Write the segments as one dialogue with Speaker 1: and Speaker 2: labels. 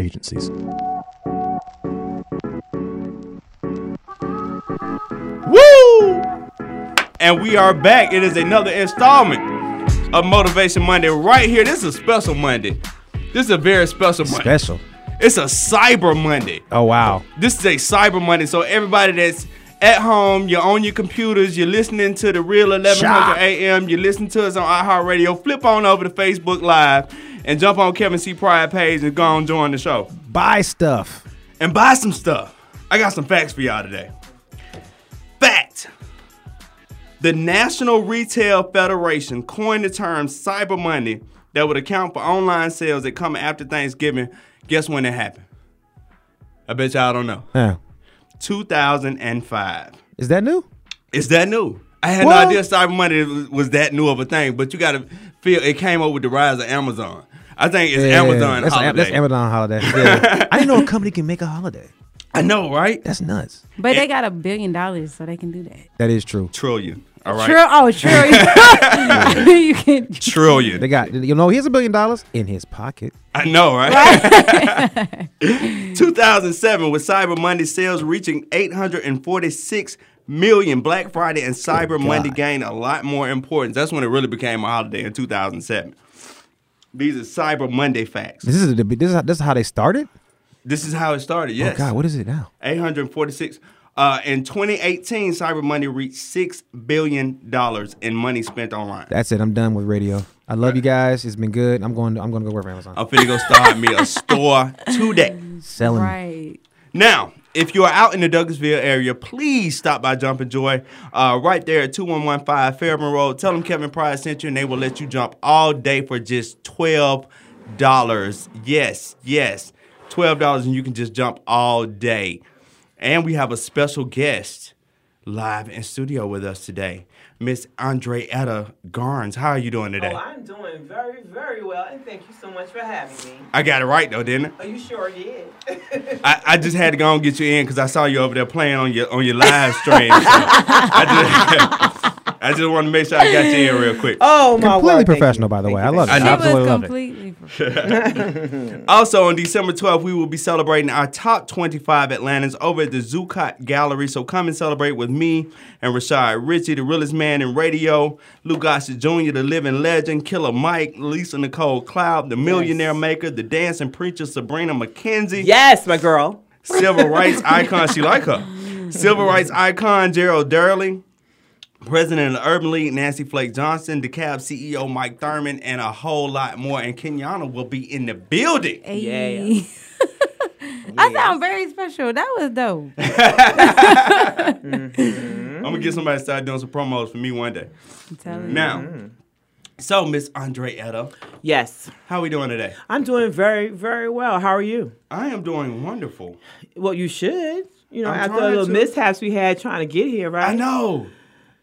Speaker 1: agencies.
Speaker 2: Woo! And we are back. It is another installment of Motivation Monday right here. This is a special Monday. This is a very special Monday.
Speaker 1: Special.
Speaker 2: It's a Cyber Monday.
Speaker 1: Oh wow.
Speaker 2: This is a Cyber Monday. So everybody that's at home, you're on your computers, you're listening to the real 1100
Speaker 1: Shock.
Speaker 2: AM, you listen to us on iHeartRadio, flip on over to Facebook Live and jump on Kevin C. Pryor page and go on join the show
Speaker 1: Buy stuff.
Speaker 2: and buy some stuff. I got some facts for y'all today. Fact The National Retail Federation coined the term Cyber Monday that would account for online sales that come after Thanksgiving. Guess when it happened? I bet y'all don't know.
Speaker 1: Huh.
Speaker 2: 2005.
Speaker 1: Is that new?
Speaker 2: Is that new? I had
Speaker 1: What?
Speaker 2: no idea Cyber Monday was- was that new of a thing, but you got to feel it came up with the rise of Amazon. I think it's
Speaker 1: Yeah,
Speaker 2: Amazon
Speaker 1: That's, a-
Speaker 2: holiday.
Speaker 1: that's Amazon holiday. Yeah. I didn't know a company can make a holiday.
Speaker 2: I know, right?
Speaker 1: That's nuts.
Speaker 3: But they got a billion dollars, so they can do that.
Speaker 1: That is true.
Speaker 2: Trillion. All right.
Speaker 3: True. Oh, true. you can.
Speaker 2: Trillion.
Speaker 1: They got you know he has a billion dollars in his pocket.
Speaker 2: I know, right? 2007, with Cyber Monday sales reaching 846 million, Black Friday and Cyber Monday gained a lot more importance. That's when it really became a holiday in 2007. These are Cyber Monday facts.
Speaker 1: This is the, this is how, this is how they started.
Speaker 2: This is how it started, yes.
Speaker 1: Oh God, what is it now?
Speaker 2: 846. Uh, in 2018, Cyber Monday reached $6 billion in money spent online.
Speaker 1: That's it. I'm done with radio. I love you guys. It's been good. I'm going. I'm going to go work for Amazon.
Speaker 2: I'm finna go start me a store today.
Speaker 1: Selling.
Speaker 3: Right.
Speaker 2: Now, if you are out in the Douglasville area, please stop by Jump and Joy uh, right there at 2115 Fairmont Road. Tell them Kevin Pryor sent you, and they will let you jump all day for just $12. Yes, yes, $12, and you can just jump all day. And we have a special guest live in studio with us today, Miss Andre Etta Garnes. How are you doing today?
Speaker 4: Oh, I'm doing very, very well, and thank you so much for having me.
Speaker 2: I got it right, though, didn't I?
Speaker 4: Are you sure did?
Speaker 2: I, I just had to go and get you in because I saw you over there playing on your on your live stream. so I just, I just want to make sure I got you in real quick.
Speaker 4: oh my
Speaker 1: Completely professional, by the way. I love it.
Speaker 2: I
Speaker 3: She
Speaker 2: know.
Speaker 3: was
Speaker 1: absolutely love it.
Speaker 3: completely.
Speaker 2: Also, on December 12th, we will be celebrating our top 25 Atlantans over at the Zucot Gallery. So come and celebrate with me and Rashad Ritchie, the realest man in radio, Lou Gossett Jr., the living legend, Killer Mike, Lisa Nicole Cloud, the millionaire maker, the dancing preacher, Sabrina McKenzie.
Speaker 4: Yes, my girl.
Speaker 2: civil rights icon. She like her. Civil rights icon Gerald Durley, president of the Urban League Nancy Flake Johnson, DeKalb CEO Mike Thurman, and a whole lot more. And Kenyana will be in the building.
Speaker 3: Ayy. I sound very special. That was dope.
Speaker 2: I'm gonna get somebody to start doing some promos for me one day.
Speaker 3: I'm telling you.
Speaker 2: Now, so Miss Andre Etta,
Speaker 4: Yes,
Speaker 2: how we doing today?
Speaker 4: I'm doing very, very well. How are you?
Speaker 2: I am doing wonderful.
Speaker 4: Well, you should. You know,
Speaker 2: I'm
Speaker 4: after the
Speaker 2: trying
Speaker 4: little
Speaker 2: to.
Speaker 4: mishaps we had trying to get here, right?
Speaker 2: I know.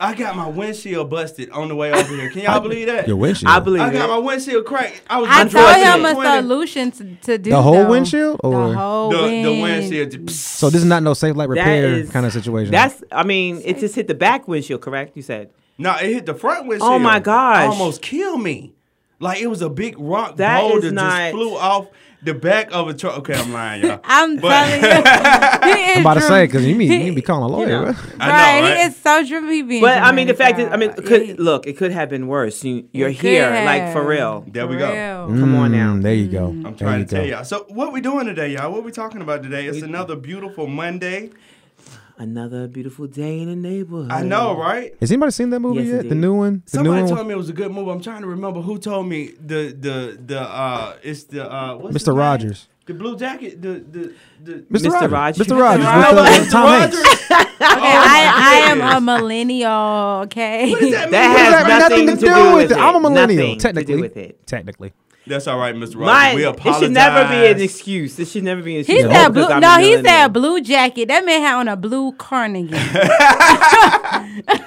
Speaker 2: I got my windshield busted on the way over here. Can y'all believe that?
Speaker 1: Your windshield.
Speaker 4: I believe
Speaker 2: I got
Speaker 4: it.
Speaker 2: my windshield cracked. I was
Speaker 3: I
Speaker 2: driving
Speaker 3: told him a
Speaker 2: 20.
Speaker 3: solution to, to do
Speaker 1: The whole
Speaker 3: though.
Speaker 1: windshield, or-
Speaker 3: the whole
Speaker 2: The,
Speaker 3: wind.
Speaker 2: the windshield. just-
Speaker 1: So this is not no safe light
Speaker 4: That
Speaker 1: repair
Speaker 4: is-
Speaker 1: kind of situation.
Speaker 4: That's. I mean, it just hit the back windshield, correct? You said.
Speaker 2: No, it hit the front windshield.
Speaker 4: Oh, my gosh.
Speaker 2: Almost killed me. Like it was a big rock
Speaker 4: That is
Speaker 2: boulder just
Speaker 4: not-
Speaker 2: flew off the back of a truck. Okay, I'm lying, y'all.
Speaker 3: I'm telling you. He is
Speaker 1: I'm about to say
Speaker 3: dramatic.
Speaker 1: because you mean you need to be calling a lawyer. right?
Speaker 2: I know,
Speaker 3: right,
Speaker 2: right?
Speaker 3: He is so drippy. He being
Speaker 4: But I mean, the
Speaker 3: dramatic,
Speaker 4: fact is, I mean,
Speaker 3: y'all.
Speaker 4: could
Speaker 3: Yeah.
Speaker 4: look, it could have been worse. You, you're
Speaker 3: It could
Speaker 4: here, like for
Speaker 3: have.
Speaker 4: real.
Speaker 2: There we
Speaker 3: For
Speaker 2: go.
Speaker 3: real.
Speaker 4: Come on now.
Speaker 1: Mm, there you go.
Speaker 2: I'm
Speaker 1: there
Speaker 2: trying to tell
Speaker 1: you go.
Speaker 2: y'all. So what we doing today, y'all? What we talking about today? It's another beautiful Monday.
Speaker 4: Another beautiful day in the neighborhood.
Speaker 2: I know, right?
Speaker 1: Has anybody seen that movie
Speaker 4: Yes,
Speaker 1: yet? The
Speaker 4: indeed.
Speaker 1: new one. The
Speaker 2: Somebody
Speaker 1: new one.
Speaker 2: told me it was a good movie. I'm trying to remember who told me the the the uh it's the uh what's his
Speaker 1: Mr.
Speaker 2: name?
Speaker 1: Rogers.
Speaker 2: The blue jacket, the the the
Speaker 1: Mr.
Speaker 4: Mr.
Speaker 1: Rogers.
Speaker 4: Rogers.
Speaker 1: Mr. Rogers.
Speaker 2: No, but
Speaker 1: With, uh,
Speaker 2: Mr.
Speaker 1: Tom Hanks.
Speaker 2: Rogers.
Speaker 3: Okay, I, I am a millennial. Okay.
Speaker 2: What does that mean?
Speaker 4: That has
Speaker 1: That had
Speaker 4: nothing, to do, with
Speaker 1: it. I'm a millennial,
Speaker 4: Nothing
Speaker 1: technically.
Speaker 4: To do with it.
Speaker 1: Technically.
Speaker 2: That's all right, Mr. Rogers.
Speaker 4: My,
Speaker 2: we
Speaker 4: it
Speaker 2: apologize.
Speaker 4: should never be an excuse. It should never be an excuse.
Speaker 3: He said
Speaker 4: because
Speaker 3: blue.
Speaker 4: I'm
Speaker 3: No,
Speaker 4: a
Speaker 3: he said
Speaker 4: millennial.
Speaker 3: blue jacket. That man had on a blue cardigan.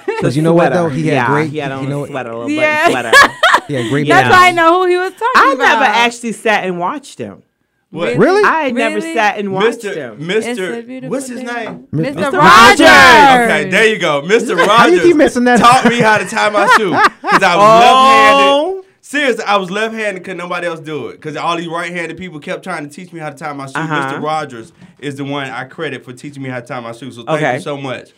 Speaker 1: Because you know what though, he had
Speaker 4: yeah,
Speaker 1: great.
Speaker 4: He had on
Speaker 1: you know,
Speaker 4: a sweater, a little
Speaker 3: Yeah.
Speaker 4: button sweater.
Speaker 1: He had great.
Speaker 4: Yeah.
Speaker 3: That's why I know who he was talking
Speaker 4: I
Speaker 3: about.
Speaker 4: never actually sat and watched him.
Speaker 2: What?
Speaker 1: Really?
Speaker 4: I had never
Speaker 3: Really?
Speaker 4: sat and watched
Speaker 2: Mr.
Speaker 4: him.
Speaker 3: It's a
Speaker 2: Mr.
Speaker 3: beautiful
Speaker 2: What's his
Speaker 3: thing.
Speaker 2: name?
Speaker 3: Mr. Rogers.
Speaker 2: Okay, there you go. Mr. Rogers.
Speaker 1: How you keep missing that up?
Speaker 2: Taught me how to tie my shoe. Because I was left handed.
Speaker 4: Oh,
Speaker 2: Seriously, I was left-handed because nobody else do it. Because all these right-handed people kept trying to teach me how to tie my shoe.
Speaker 4: Uh-huh.
Speaker 2: Mr. Rogers is the one I credit for teaching me how to tie my shoe. So thank
Speaker 4: Okay.
Speaker 2: you so much.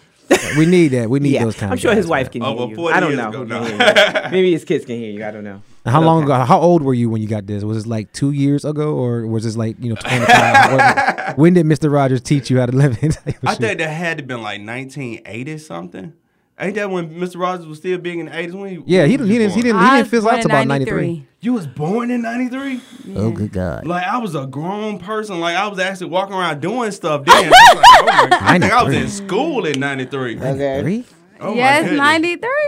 Speaker 1: We need that. We need
Speaker 4: Yeah,
Speaker 1: those kind.
Speaker 4: I'm
Speaker 1: of
Speaker 4: sure
Speaker 1: guys,
Speaker 4: his wife
Speaker 1: man.
Speaker 4: can
Speaker 2: Over
Speaker 4: hear you.
Speaker 2: 40
Speaker 4: I don't
Speaker 2: Oh, years
Speaker 4: know.
Speaker 2: ago,
Speaker 4: who
Speaker 2: no.
Speaker 4: can hear you. Maybe his kids can hear you. I don't know.
Speaker 1: And How long
Speaker 4: Okay.
Speaker 1: ago? How old were you when you got this? Was it like two years ago, or was this like you know 25? What- when did Mister Rogers teach you how to live? in type of
Speaker 2: I
Speaker 1: shit?
Speaker 2: think that had to been like 1980 something. Ain't that when Mr. Rogers was still big in the 80s? When he,
Speaker 1: Yeah, he didn't. He
Speaker 2: when
Speaker 1: didn't.
Speaker 2: was
Speaker 1: He
Speaker 2: born?
Speaker 1: didn't, he
Speaker 3: I
Speaker 1: didn't
Speaker 3: was
Speaker 1: fill
Speaker 3: born
Speaker 1: out
Speaker 3: in
Speaker 1: till about
Speaker 3: 93.
Speaker 1: 93.
Speaker 2: You was born in 93?
Speaker 1: Oh good god!
Speaker 2: Like I was a grown person. Like I was actually walking around doing stuff then. I, was like, oh my- I think I was in
Speaker 1: 93.
Speaker 2: school in 93.
Speaker 4: Okay.
Speaker 1: Three?
Speaker 2: Oh my
Speaker 3: yes,
Speaker 2: goodness.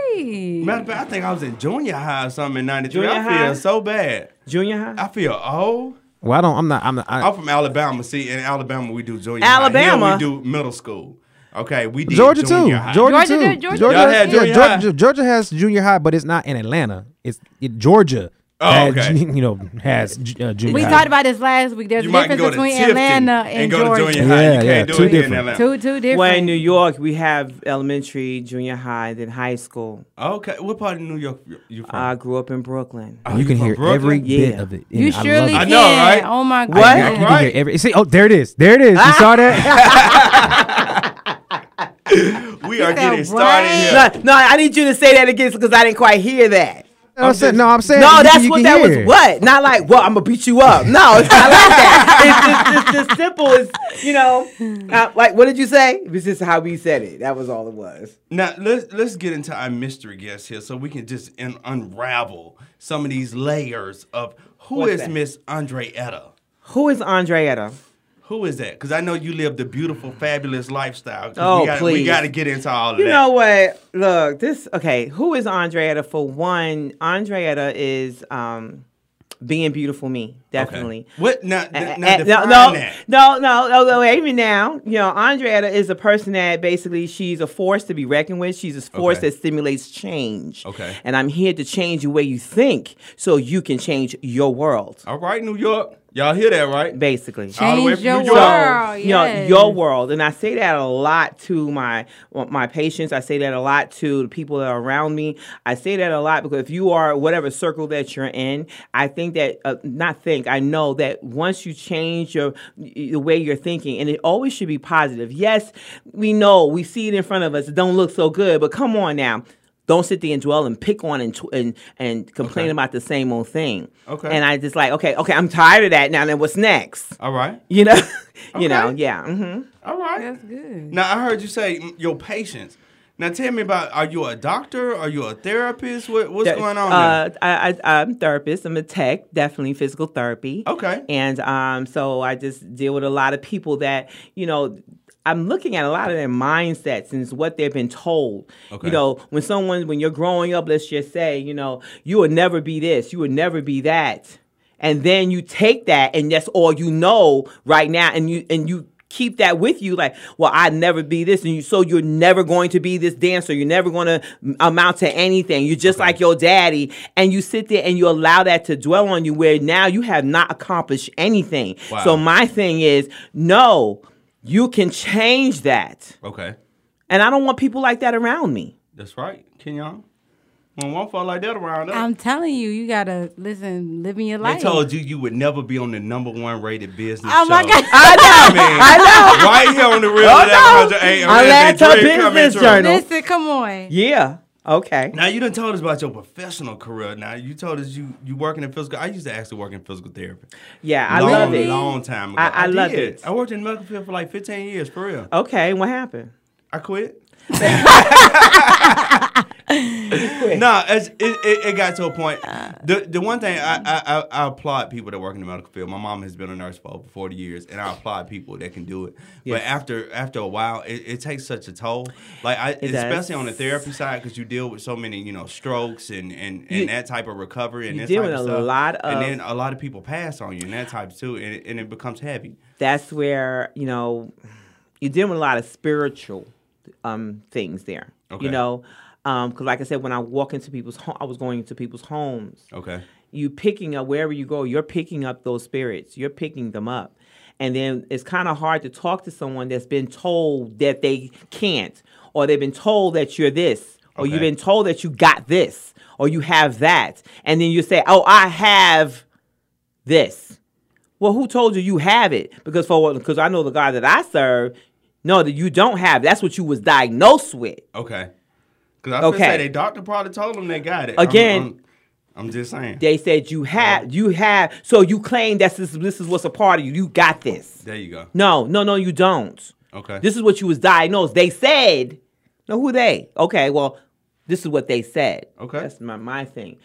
Speaker 3: 93.
Speaker 2: Matter of fact, I think I was in junior high or something in 93. I
Speaker 4: Junior
Speaker 2: feel
Speaker 4: high?
Speaker 2: so bad.
Speaker 4: Junior high?
Speaker 2: I feel old.
Speaker 1: Well, I don't. I'm not. I'm not. I,
Speaker 2: I'm from Alabama. See, in Alabama, we do junior
Speaker 4: Alabama?
Speaker 2: high. Here we do middle school. Okay, we did
Speaker 1: Georgia too.
Speaker 2: junior high.
Speaker 1: Georgia,
Speaker 3: Georgia
Speaker 1: too.
Speaker 3: did- Georgia
Speaker 2: Y'all had
Speaker 1: yeah,
Speaker 2: junior high?
Speaker 1: Georgia, Georgia has junior high, but it's not in Atlanta. It's it, Georgia.
Speaker 2: Oh,
Speaker 1: had
Speaker 2: okay.
Speaker 1: ju- you know has ju- uh, junior
Speaker 3: we
Speaker 1: high.
Speaker 3: talked about this last week. There's
Speaker 2: You
Speaker 3: a
Speaker 2: might can
Speaker 3: difference
Speaker 2: go to
Speaker 3: between
Speaker 2: Tifton
Speaker 3: Atlanta
Speaker 2: and,
Speaker 3: and,
Speaker 2: go
Speaker 3: Georgia.
Speaker 2: to junior high.
Speaker 1: Yeah,
Speaker 2: you
Speaker 1: yeah,
Speaker 2: can't do
Speaker 1: two
Speaker 2: it here in
Speaker 1: different.
Speaker 2: Atlanta.
Speaker 3: Two two different.
Speaker 4: Well, in New York, we have elementary, junior high, then high school.
Speaker 2: Okay, what part of New York you- you from?
Speaker 3: Uh,
Speaker 1: Uh-huh.
Speaker 4: I grew up in Brooklyn.
Speaker 2: Oh,
Speaker 1: You can
Speaker 2: from
Speaker 1: hear
Speaker 2: Brooklyn?
Speaker 1: every bit
Speaker 4: Yeah.
Speaker 1: of it. and
Speaker 3: you
Speaker 1: I love
Speaker 3: surely
Speaker 1: it.
Speaker 2: I
Speaker 3: can.
Speaker 2: know, right?
Speaker 3: Oh my god.
Speaker 1: I- I
Speaker 4: What?
Speaker 1: can
Speaker 2: Right.
Speaker 1: hear every. See, oh, there it is. There it is. You saw that?
Speaker 2: We are
Speaker 3: said
Speaker 2: getting
Speaker 3: what?
Speaker 2: started here.
Speaker 4: No, no, I need you to say that again because I didn't quite hear that.
Speaker 1: I'm saying, no, I'm saying.
Speaker 4: No,
Speaker 1: you-
Speaker 4: that's
Speaker 1: you
Speaker 4: what
Speaker 1: can
Speaker 4: that
Speaker 1: hear.
Speaker 4: was. What? Not like, well, I'm gonna beat you up. No, it's not like that. It's just, it's just simple as you know. Uh, like, what did you say? It was just how we said it. That was all it was.
Speaker 2: Now let's let's get into our mystery guest here, so we can just un- unravel some of these layers of who
Speaker 4: What's
Speaker 2: is
Speaker 4: that?
Speaker 2: Miss Andreetta.
Speaker 4: Who is Andreetta?
Speaker 2: Who is that? Because I know you live the beautiful, fabulous lifestyle. 'Cause
Speaker 4: Oh,
Speaker 2: we gotta, We
Speaker 4: please.
Speaker 2: got to get into all of
Speaker 4: You
Speaker 2: that.
Speaker 4: know what? Look, this okay. Who is Andreetta? For one, Andreetta is um, being beautiful me,
Speaker 2: Okay.
Speaker 4: definitely.
Speaker 2: What? Now,
Speaker 4: Uh,
Speaker 2: th- now
Speaker 4: uh, No,
Speaker 2: define
Speaker 4: no,
Speaker 2: that.
Speaker 4: no, no, no, no, wait a minute now. You know, Andrea is a person that basically she's a force to be reckoned with. She's a force
Speaker 2: Okay.
Speaker 4: that stimulates change.
Speaker 2: Okay.
Speaker 4: And I'm here to change the way you think so you can change your world,
Speaker 2: All right, New York, y'all hear that right?
Speaker 4: basically.
Speaker 2: all the way
Speaker 3: Change
Speaker 2: from
Speaker 3: your
Speaker 2: New York.
Speaker 3: world.
Speaker 4: you know,
Speaker 3: yes.
Speaker 4: your world. And I say that a lot to my my patients. I say that a lot to the people that are around me. I say that a lot because if you are whatever circle that you're in, I think that uh, not think I know that once you change your y- the way you're thinking, and it always should be positive. Yes, we know we see it in front of us. It don't look so good, but come on now. Don't sit there and dwell and pick on and tw- and, and complain
Speaker 2: Okay.
Speaker 4: about the same old thing.
Speaker 2: Okay.
Speaker 4: And I just like, okay, okay, I'm tired of that now. Then what's next?
Speaker 2: All right,
Speaker 4: You know, you know,
Speaker 2: Okay.
Speaker 4: yeah. hmm
Speaker 2: all right.
Speaker 3: That's good.
Speaker 2: Now I heard you say mm, your patients. Now tell me about: Are you a doctor? Are you a therapist? What, what's going on?
Speaker 4: Uh, I, I, I'm a therapist. I'm a tech, definitely physical therapy.
Speaker 2: Okay.
Speaker 4: And um, so I just deal with a lot of people that you know. I'm looking at a lot of their mindsets and it's what they've been told.
Speaker 2: Okay.
Speaker 4: You know, when someone, when you're growing up, let's just say, you know, you will never be this, you will never be that, and then you take that and that's all you know right now, and you and you keep that with you, like, well, I never be this, and you, so you're never going to be this dancer, you're never going to amount to anything. You're just like your daddy, and you sit there and you allow that to dwell on you, where now you have not accomplished anything.
Speaker 2: Wow.
Speaker 4: So my thing is, no, you can change that.
Speaker 2: there? Okay.
Speaker 4: And I don't want people like that around me.
Speaker 2: That's right, Kenyon. When one fall like that around us,
Speaker 3: I'm telling you, you gotta listen, living your
Speaker 2: they
Speaker 3: life.
Speaker 2: told you you would never be on the number one rated business
Speaker 3: Oh
Speaker 2: show.
Speaker 3: my God.
Speaker 4: I
Speaker 2: I
Speaker 4: know.
Speaker 2: mean,
Speaker 4: I know.
Speaker 2: Right here on the real
Speaker 4: Oh, no.
Speaker 2: oh, hey,
Speaker 4: I laughed her business journey.
Speaker 3: Listen, come on.
Speaker 4: Yeah. Okay.
Speaker 2: Now you done told us about your professional career. Now you told us you you working in physical. I used to actually work in physical therapy.
Speaker 4: Yeah, I
Speaker 2: long,
Speaker 4: love it.
Speaker 2: Long time ago.
Speaker 4: I- I love
Speaker 2: did.
Speaker 4: it.
Speaker 2: I worked in the medical field for like 15 years for real.
Speaker 4: Okay, what happened?
Speaker 2: I quit. no, it's, it, it, it got to a point. The the one thing I, I, I, I applaud people that work in the medical field. My mom has been a nurse for over forty years, and I applaud people that can do it. But after after a while, it, it takes such a toll. Like I,
Speaker 4: It does.
Speaker 2: especially on the therapy side, because you deal with so many you know strokes and and, and
Speaker 4: You-
Speaker 2: that type of recovery and
Speaker 4: you
Speaker 2: that
Speaker 4: deal
Speaker 2: type
Speaker 4: with
Speaker 2: of
Speaker 4: a
Speaker 2: stuff.
Speaker 4: lot
Speaker 2: and
Speaker 4: of-
Speaker 2: then a lot of people pass on you and that type too, and it, and it becomes heavy.
Speaker 4: That's where, you know, you're dealing with a lot of spiritual um things there.
Speaker 2: Okay.
Speaker 4: You know, um, 'cause cause like I said, when I walk into people's home I was going into people's homes.
Speaker 2: Okay.
Speaker 4: you picking up wherever you go you're picking up those spirits you're picking them up and then it's kind of hard to talk to someone that's been told that they can't or they've been told that you're this or you've
Speaker 2: Okay.
Speaker 4: been told that you got this or you have that, and then you say, "Oh, I have this." Well, who told you you have it? Because for because I know the God that I serve, no, that you don't have. That's what you was diagnosed with.
Speaker 2: Okay. Because I was gonna say
Speaker 4: Okay.
Speaker 2: they doctor probably told them they got it.
Speaker 4: Again-
Speaker 2: I'm, I'm- I'm just saying.
Speaker 4: They said you have, you have. So you claim that this, this is what's a part of you. You got this.
Speaker 2: there you go.
Speaker 4: No, no, no, you don't.
Speaker 2: Okay.
Speaker 4: This is what you was diagnosed. They said, no, who they? Okay, well, this is what they said.
Speaker 2: Okay.
Speaker 4: that's my my thing.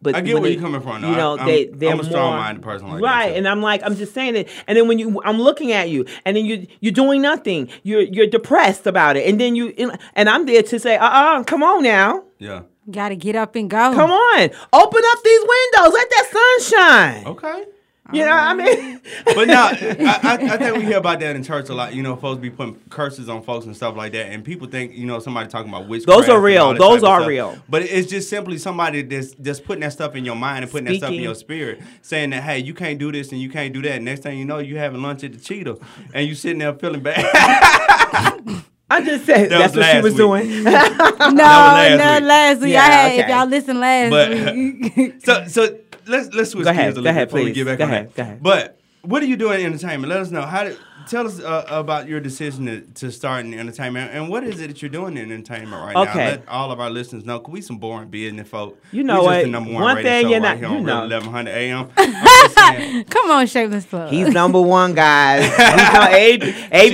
Speaker 4: But
Speaker 2: I get
Speaker 4: when
Speaker 2: where
Speaker 4: they-
Speaker 2: you're coming from, though.
Speaker 4: You know,
Speaker 2: I- I'm-
Speaker 4: they they're
Speaker 2: I'm a
Speaker 4: more-
Speaker 2: strong-minded person like that,
Speaker 4: right?
Speaker 2: too.
Speaker 4: And I'm like, I'm just saying it. And then when you, I'm looking at you, and then you you're doing nothing. You're you're depressed about it, and then you and I'm there to say, uh, uh come on now.
Speaker 2: yeah.
Speaker 3: Gotta get up and go.
Speaker 4: Come on, open up these windows. Let that sunshine.
Speaker 2: Okay.
Speaker 4: You know, what I mean,
Speaker 2: But no, I, I, I think we hear about that in church a lot. You know, folks be putting curses on folks and stuff like that, and people think you know somebody talking about witchcraft.
Speaker 4: Those are
Speaker 2: and
Speaker 4: real.
Speaker 2: all that
Speaker 4: Those
Speaker 2: type of
Speaker 4: are
Speaker 2: stuff.
Speaker 4: real.
Speaker 2: But it's just simply somebody that's just putting that stuff in your mind and putting that stuff in
Speaker 4: Speaking.
Speaker 2: your spirit, saying that hey, you can't do this and you can't do that. Next thing you know, you having lunch at the Cheetah, and you sitting there feeling bad.
Speaker 4: I just said
Speaker 2: That was
Speaker 4: that's what she was
Speaker 2: last
Speaker 4: doing.
Speaker 3: No,
Speaker 2: That was last
Speaker 3: no,
Speaker 2: week.
Speaker 3: last week.
Speaker 4: Yeah,
Speaker 3: I had, if
Speaker 4: okay.
Speaker 3: y'all listen last
Speaker 2: But-
Speaker 3: week.
Speaker 2: so so let's let's switch
Speaker 4: Go ahead,
Speaker 2: gears a
Speaker 4: go
Speaker 2: little
Speaker 4: ahead,
Speaker 2: bit before we
Speaker 4: please.
Speaker 2: get back
Speaker 4: Go
Speaker 2: on
Speaker 4: ahead,
Speaker 2: that.
Speaker 4: go ahead.
Speaker 2: But what do you do in entertainment? Let us know. How did tell us uh, about your decision to, to start in entertainment and what is it that you're doing in entertainment right now?
Speaker 4: Okay.
Speaker 2: Let all of our listeners know. Cause we some boring business folk.
Speaker 4: You know
Speaker 2: we Just
Speaker 4: what?
Speaker 2: the number one,
Speaker 4: One
Speaker 2: radio
Speaker 4: thing
Speaker 2: show
Speaker 4: you're
Speaker 2: right
Speaker 4: not-
Speaker 2: here
Speaker 4: you
Speaker 2: on
Speaker 4: know.
Speaker 2: 1100 AM. I'm just saying.
Speaker 3: Come on, shapeless plug.
Speaker 4: He's number one, guys. He's not A-
Speaker 2: said
Speaker 4: ABJ.
Speaker 2: it.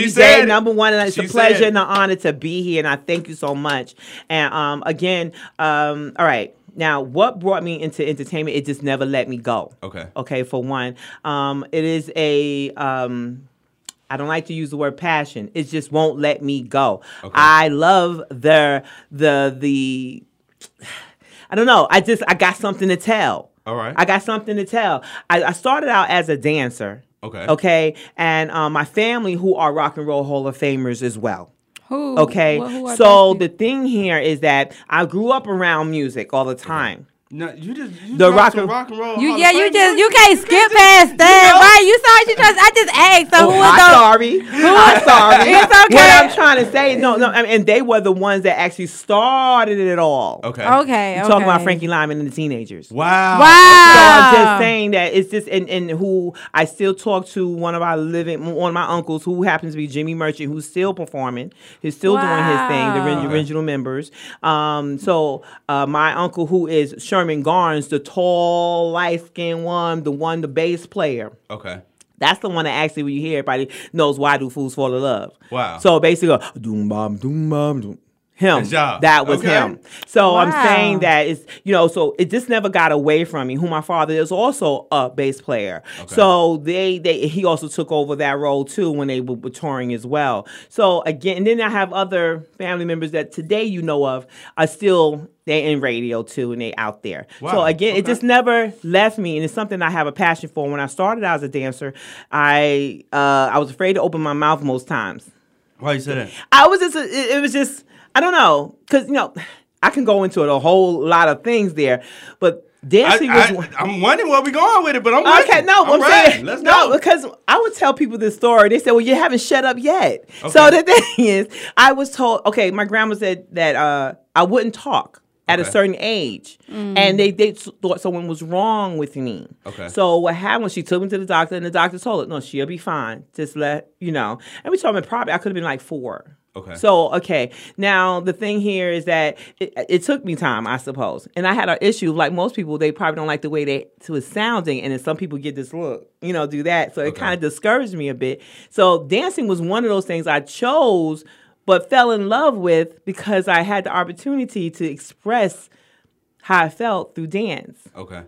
Speaker 2: She said it.
Speaker 4: ABJ, number one. And it's
Speaker 2: She
Speaker 4: a pleasure
Speaker 2: said it.
Speaker 4: and an honor to be here. And I thank you so much. And um, again, um, all right. Now, what brought me into entertainment? It just never let me go.
Speaker 2: Okay.
Speaker 4: Okay, for one. Um, it is a. Um, I don't like to use the word passion. It just won't let me go. I love the the the I don't know. I just I got something to tell.
Speaker 2: All right.
Speaker 4: I got something to tell. I, I started out as a dancer.
Speaker 2: Okay.
Speaker 4: Okay. And um, my family, who are rock and roll Hall of Famers as well.
Speaker 3: Who?
Speaker 4: Okay.
Speaker 3: Wh- who are
Speaker 4: so
Speaker 3: those
Speaker 4: the thing here is that I grew up around music all the time.
Speaker 2: No, you just you
Speaker 4: The
Speaker 2: dropped
Speaker 4: rock
Speaker 2: some
Speaker 4: and-
Speaker 2: rock and roll.
Speaker 3: people? you
Speaker 2: Hall
Speaker 3: yeah,
Speaker 2: of
Speaker 3: you
Speaker 2: Fame
Speaker 3: just
Speaker 2: right there.
Speaker 3: you can't skip past that, right? You saw you just I just asked. So who
Speaker 4: Oh,
Speaker 3: was
Speaker 4: I'm
Speaker 3: those?
Speaker 4: sorry. I'm sorry.
Speaker 3: It's okay.
Speaker 4: What I'm trying to say, no, no, I mean, and they were the ones that actually started it all.
Speaker 2: Okay.
Speaker 3: Okay,
Speaker 4: You're talking about
Speaker 3: okay.
Speaker 4: Frankie Lyman and the teenagers.
Speaker 2: Wow.
Speaker 4: So I'm
Speaker 3: Wow.
Speaker 4: just saying that it's just and, and who I still talk to one of our living one of my uncles who happens to be Jimmy Merchant who's still performing, who's still doing his thing, the
Speaker 3: Wow.
Speaker 4: orig- original members. Um, so uh, my uncle who is Sherman Garnes, the tall, light skinned one, the one, the bass player.
Speaker 2: Okay.
Speaker 4: That's the one that actually when you hear everybody knows why do fools fall in love.
Speaker 2: Wow.
Speaker 4: So basically, uh, doom bomb, doom bomb, doom. Him.
Speaker 2: Good job.
Speaker 4: That was
Speaker 2: Okay.
Speaker 4: him. So I'm
Speaker 3: Wow.
Speaker 4: saying that it's you know so it just never got away from me. Who my father is also a bass player. So they they he also took over that role too when they were, were touring as well. So again, and then I have other family members that today you know of are still they in radio too and they out there. So
Speaker 2: Wow.
Speaker 4: again, it
Speaker 2: Okay.
Speaker 4: just never left me, and it's something I have a passion for. When I started out as a dancer, I uh, I was afraid to open my mouth most times.
Speaker 2: Why you say that?
Speaker 4: I was just it, it was just I don't know because you know I can go into it a whole lot of things there, but dancing was.
Speaker 2: I, I, am wondering where we going with it, but I'm with
Speaker 4: Okay,
Speaker 2: you.
Speaker 4: no,
Speaker 2: All
Speaker 4: I'm
Speaker 2: right,
Speaker 4: saying
Speaker 2: let's
Speaker 4: no
Speaker 2: go.
Speaker 4: because I would tell people this story. They said, "Well, you haven't shut up yet." So
Speaker 2: Okay.
Speaker 4: the thing is, I was told. Okay, my grandma said that uh, I wouldn't talk at
Speaker 2: Okay.
Speaker 4: a certain age, and they they s- thought someone was wrong with me.
Speaker 2: Okay.
Speaker 4: So what happened? was She took me to the doctor, and the doctor told her, "No, she'll be fine. Just let you know." And we told me probably I could have been like four.
Speaker 2: Okay.
Speaker 4: So okay, now the thing here is that it, it took me time, I suppose, and I had an issue. Like most people, they probably don't like the way they to it sounding, and then some people get this look, you know, do that. So it kind of discouraged me a bit. So dancing was one of those things I chose, but fell in love with because I had the opportunity to express how I felt through dance.
Speaker 2: Okay.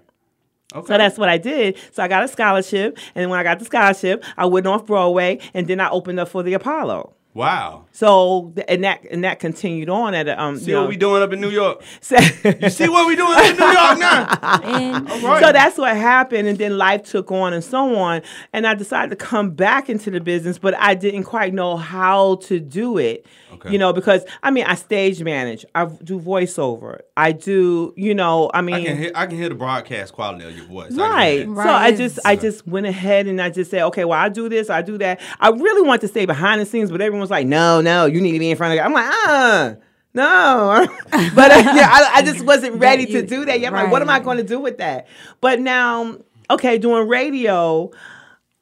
Speaker 4: So that's what I did. So I got a scholarship, and then when I got the scholarship, I went off Broadway, and then I opened up for the Apollo.
Speaker 2: Wow.
Speaker 4: So th- and that and that continued on at a, um.
Speaker 2: See
Speaker 4: you know,
Speaker 2: what we doing up in New York.
Speaker 4: so,
Speaker 2: See what we doing up in New York now.
Speaker 3: And-
Speaker 2: Right.
Speaker 4: so that's what happened, and then life took on and so on, and I decided to come back into the business, but I didn't quite know how to do it.
Speaker 2: Okay.
Speaker 4: You know, because I mean, I stage manage, I do voiceover, I do, you know, I mean,
Speaker 2: I can hear I can hear the broadcast quality of your voice. I
Speaker 4: Right.
Speaker 2: can hear that.
Speaker 4: So I
Speaker 3: Right.
Speaker 4: just I just went ahead and I just said, okay, well I do this, I do that. I really want to stay behind the scenes, but every everyone's like, no, no, you need to be in front of. The I'm like, uh. No, but uh, yeah, I, I just wasn't ready
Speaker 5: you-
Speaker 4: to do that. Yeah, I'm like, what am I
Speaker 5: right.
Speaker 4: going to do with that? But now, okay, doing radio,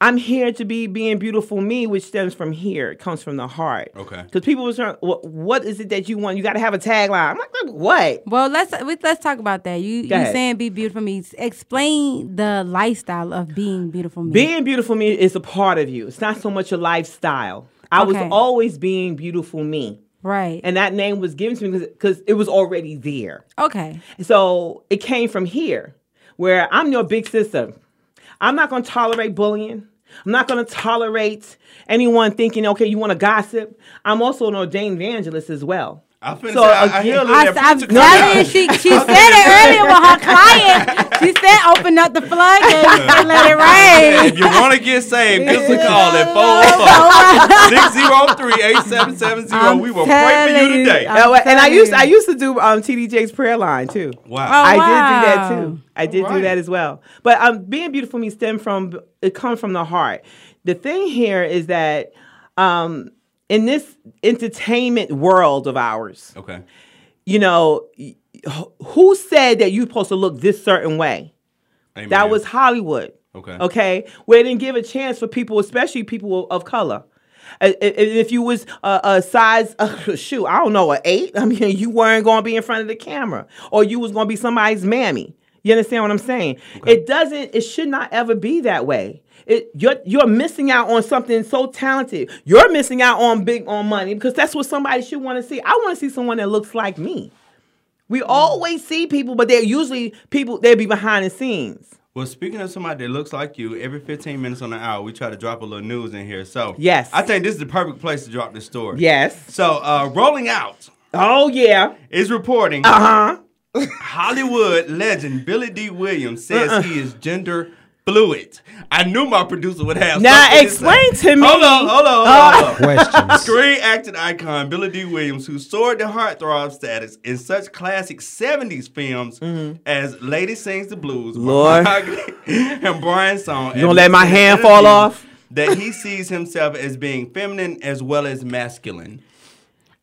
Speaker 4: I'm here to be being beautiful me, which stems from here. It comes from the heart.
Speaker 2: Okay.
Speaker 4: Because people was trying, what, what is it that you want? You got to have a tagline. I'm like, like, what?
Speaker 5: Well, let's we- let's talk about that. You you
Speaker 4: ahead.
Speaker 5: saying be beautiful me? Explain the lifestyle of being beautiful me.
Speaker 4: Being beautiful me is a part of you. It's not so much a lifestyle. I
Speaker 5: Okay.
Speaker 4: was always being beautiful me.
Speaker 5: right.
Speaker 4: And that name was given to me because it was already there.
Speaker 5: okay.
Speaker 4: So it came from here, where I'm your big sister. I'm not going to tolerate bullying. I'm not going to tolerate anyone thinking, okay, you want to gossip. I'm also an ordained evangelist as well.
Speaker 2: I'm finna
Speaker 4: So,
Speaker 2: say, I, I
Speaker 4: again,
Speaker 2: hear a little
Speaker 5: I,
Speaker 2: of that
Speaker 5: I'm
Speaker 2: preacher coming
Speaker 5: glad
Speaker 2: out.
Speaker 5: she she said it earlier with her client. She said open up the floodgates and let it rain.
Speaker 2: If you want to get saved, give us a call at 603-8770. We will pray for
Speaker 5: telling
Speaker 2: you
Speaker 5: you,
Speaker 2: today.
Speaker 5: I'm
Speaker 4: Now, and I
Speaker 5: telling
Speaker 4: used I
Speaker 5: you.
Speaker 4: used to do um, TD Jake's prayer line too.
Speaker 2: Wow.
Speaker 5: Oh.
Speaker 4: I did do that
Speaker 5: wow.
Speaker 4: too. I did do
Speaker 2: Alright.
Speaker 4: that as well. But um, being beautiful me stem from it comes from the heart. The thing here is that um, in this entertainment world of ours,
Speaker 2: Okay.
Speaker 4: you know, y- wh- who said that you're supposed to look this certain way?
Speaker 2: Amen.
Speaker 4: That was Hollywood.
Speaker 2: Okay.
Speaker 4: Okay. Where they didn't give a chance for people, especially people of color. I- I- If you was a, a size, shoot, I don't know, a eight. I mean, you weren't going to be in front of the camera, or you was going to be somebody's mammy. You understand what I'm saying? It doesn't. It should not ever be that way. It, you're you're missing out on something so talented. You're missing out on big on money because that's what somebody should want to see. I want to see someone that looks like me. We always see people, but they're usually people. They be behind the scenes.
Speaker 2: Well, speaking of somebody that looks like you, every 15 minutes on the hour, we try to drop a little news in here. So,
Speaker 4: Yes.
Speaker 2: I think this is the perfect place to drop this story.
Speaker 4: Yes.
Speaker 2: So, uh, Rolling Out
Speaker 4: Oh yeah.
Speaker 2: is reporting
Speaker 4: Uh huh.
Speaker 2: Hollywood legend Billy D. Williams says
Speaker 4: Uh-uh.
Speaker 2: he is gender fluid. I knew my producer would have
Speaker 4: Now
Speaker 2: something
Speaker 4: explain
Speaker 2: say.
Speaker 4: to me. Uh-huh.
Speaker 2: Hold on, hold on, hold on.
Speaker 1: Questions.
Speaker 2: Screen acting icon Billy D. Williams, who soared to heartthrob status in such classic 70s films as Lady Sings the Blues,
Speaker 4: Mm-hmm. Lord.
Speaker 2: Mahogany, and Brian Song. You
Speaker 4: gonna let my hand fall off?
Speaker 2: That he sees himself as being feminine as well as masculine.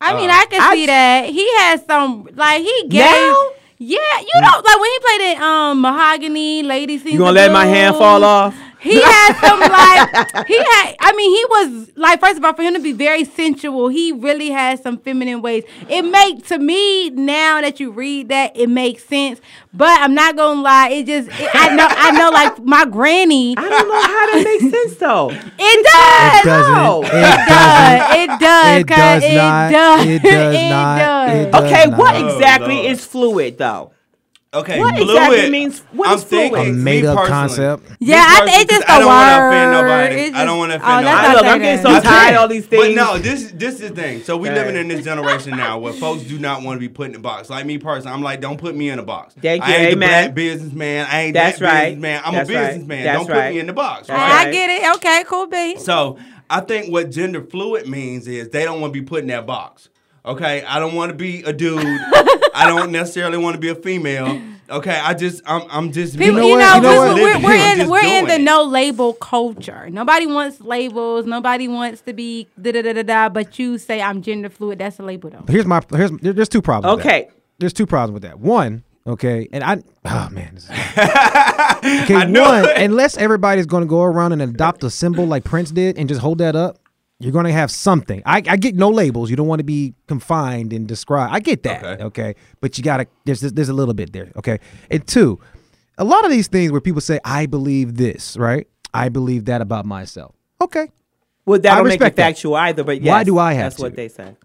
Speaker 5: I mean, I can
Speaker 4: I
Speaker 5: see
Speaker 4: t-
Speaker 5: that he has some like he gave.
Speaker 4: Now?
Speaker 5: Yeah, you don't like when he played in um Mahogany, Lady Sees
Speaker 4: You gonna let my hand fall off?
Speaker 5: He had some like he had. I mean, he was like first of all for him to be very sensual. He really had some feminine ways. It make to me now that you read that it makes sense. But I'm not gonna lie. It just it, I know I know like my granny.
Speaker 4: I don't know how that makes sense though.
Speaker 5: It does.
Speaker 1: It doesn't.
Speaker 4: No.
Speaker 1: It
Speaker 5: It
Speaker 1: doesn't.
Speaker 5: does. It does.
Speaker 1: It
Speaker 5: cuz
Speaker 1: does
Speaker 5: it
Speaker 1: not.
Speaker 5: Does.
Speaker 1: It does not. It does
Speaker 4: Okay, what
Speaker 1: not.
Speaker 2: Oh,
Speaker 4: exactly
Speaker 2: Lord.
Speaker 4: is fluid though?
Speaker 2: Okay,
Speaker 4: What
Speaker 2: fluid.
Speaker 4: exactly means- what
Speaker 2: I'm
Speaker 4: is fluid?
Speaker 1: A
Speaker 2: thinking me
Speaker 1: made-up
Speaker 2: personally.
Speaker 1: concept.
Speaker 2: Me
Speaker 5: Yeah, I-
Speaker 2: personally,
Speaker 5: it's just
Speaker 2: 'cause I
Speaker 5: a
Speaker 2: don't wanna offend
Speaker 5: word.
Speaker 2: nobody.
Speaker 5: It's
Speaker 2: I don't want to
Speaker 5: just-
Speaker 2: offend
Speaker 5: oh, that's
Speaker 2: nobody.
Speaker 5: not
Speaker 4: Look, I'm getting so
Speaker 5: I can't.
Speaker 4: tired of all these
Speaker 2: But
Speaker 4: things.
Speaker 2: no, this this is the thing. So we
Speaker 4: Right.
Speaker 2: living in this generation now where folks do not want to be put in a box. Like me personally, I'm like, don't put me in a box.
Speaker 4: Thank
Speaker 2: I
Speaker 4: you,
Speaker 2: ain't
Speaker 4: amen.
Speaker 2: the black businessman. I ain't
Speaker 4: That's
Speaker 2: that
Speaker 4: right.
Speaker 2: businessman. I'm
Speaker 4: That's
Speaker 2: a
Speaker 4: right.
Speaker 2: businessman.
Speaker 4: That's
Speaker 2: don't put
Speaker 4: right.
Speaker 2: me in the box.
Speaker 4: That's
Speaker 2: right?
Speaker 5: I get it. Okay, cool, B.
Speaker 2: So I think what gender fluid means is they don't want to be put in that box. Okay, I don't want to be a dude. I don't necessarily want to be a female. Okay, I just I'm I'm just me.
Speaker 5: People,
Speaker 1: know
Speaker 5: you
Speaker 1: what?
Speaker 5: know,
Speaker 1: You know
Speaker 5: people-
Speaker 1: what?
Speaker 5: we're, we're
Speaker 2: I'm
Speaker 5: in
Speaker 2: just
Speaker 5: we're in
Speaker 2: doing
Speaker 5: the
Speaker 2: it.
Speaker 5: no label culture. Nobody wants labels. Nobody wants to be da da da da da. But you say I'm gender fluid. That's a label though.
Speaker 1: Here's my here's there- there's two problems. with that.
Speaker 4: Okay.
Speaker 1: There's two problems with that. One, okay, and I oh man. This is, okay,
Speaker 2: knew
Speaker 1: one,
Speaker 2: it.
Speaker 1: unless everybody's going to go around and adopt a symbol like Prince did and just hold that up, you're going to have something. I, I get no labels. You don't want to be confined and described. I get that.
Speaker 2: Okay.
Speaker 1: Okay. But you got to there's there's a little bit there. Okay. And two, a lot of these things where people say I believe this, right? I believe that about myself. Okay.
Speaker 4: Well, that
Speaker 1: I
Speaker 4: don't make it
Speaker 1: respect that.
Speaker 4: factual either. But yes,
Speaker 1: Why do I have
Speaker 4: That's what
Speaker 1: to?
Speaker 4: they say.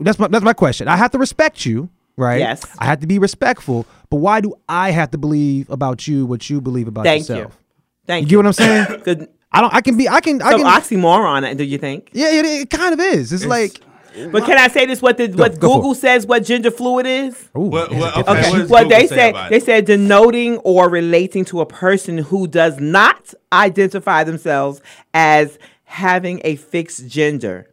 Speaker 1: That's my that's my question. I have to respect you, right?
Speaker 4: Yes.
Speaker 1: I have to be respectful, but why do I have to believe about you what you believe about
Speaker 4: Thank
Speaker 1: yourself?
Speaker 4: you. Thank you.
Speaker 1: get what I'm saying?
Speaker 4: Good.
Speaker 1: I don't. I can be. I can. I
Speaker 4: Some
Speaker 1: can.
Speaker 4: oxymoron, do you think?
Speaker 1: yeah, it, it kind of is. It's, like.
Speaker 4: But can I say this? What the, what
Speaker 1: go for it.
Speaker 4: Google says? What gender fluid is?
Speaker 1: Ooh,
Speaker 2: Well,
Speaker 1: that's a
Speaker 2: well,
Speaker 1: good
Speaker 2: okay,
Speaker 1: question.
Speaker 2: what does
Speaker 4: Well,
Speaker 2: Google
Speaker 4: they
Speaker 2: say
Speaker 4: said
Speaker 2: about
Speaker 4: they
Speaker 2: it?
Speaker 4: said denoting or relating to a person who does not identify themselves as having a fixed gender.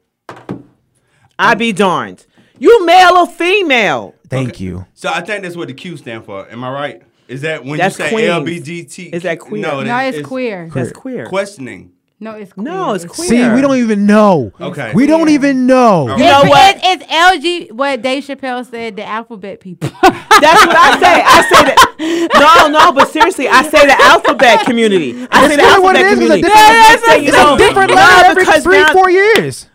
Speaker 4: I be darned. You male or female?
Speaker 1: Thank you.
Speaker 2: So I think that's what the Q stand for. Am I right? Is that when
Speaker 4: That's
Speaker 2: you say
Speaker 4: Queens.
Speaker 2: LBGT?
Speaker 4: Is that queer?
Speaker 2: No,
Speaker 4: No,
Speaker 5: No,
Speaker 2: that-
Speaker 5: it's queer.
Speaker 4: That's queer.
Speaker 2: Questioning.
Speaker 3: No, it's queer.
Speaker 4: No, it's queer.
Speaker 1: See, we don't even know.
Speaker 2: Okay.
Speaker 1: We don't even know.
Speaker 2: All
Speaker 4: You know
Speaker 3: It's-
Speaker 4: what?
Speaker 3: It's, it's LG. What Dave Chappelle said, the alphabet people.
Speaker 4: That's what I say. I say that. No, no, but seriously, I say the alphabet community. I say the
Speaker 1: That's what it
Speaker 4: alphabet
Speaker 1: is. It's a
Speaker 4: community.
Speaker 1: different, it's
Speaker 4: I just say, you
Speaker 1: a
Speaker 4: know,
Speaker 1: different
Speaker 4: no,
Speaker 1: letter every
Speaker 4: because
Speaker 1: three,
Speaker 4: now-
Speaker 1: four years.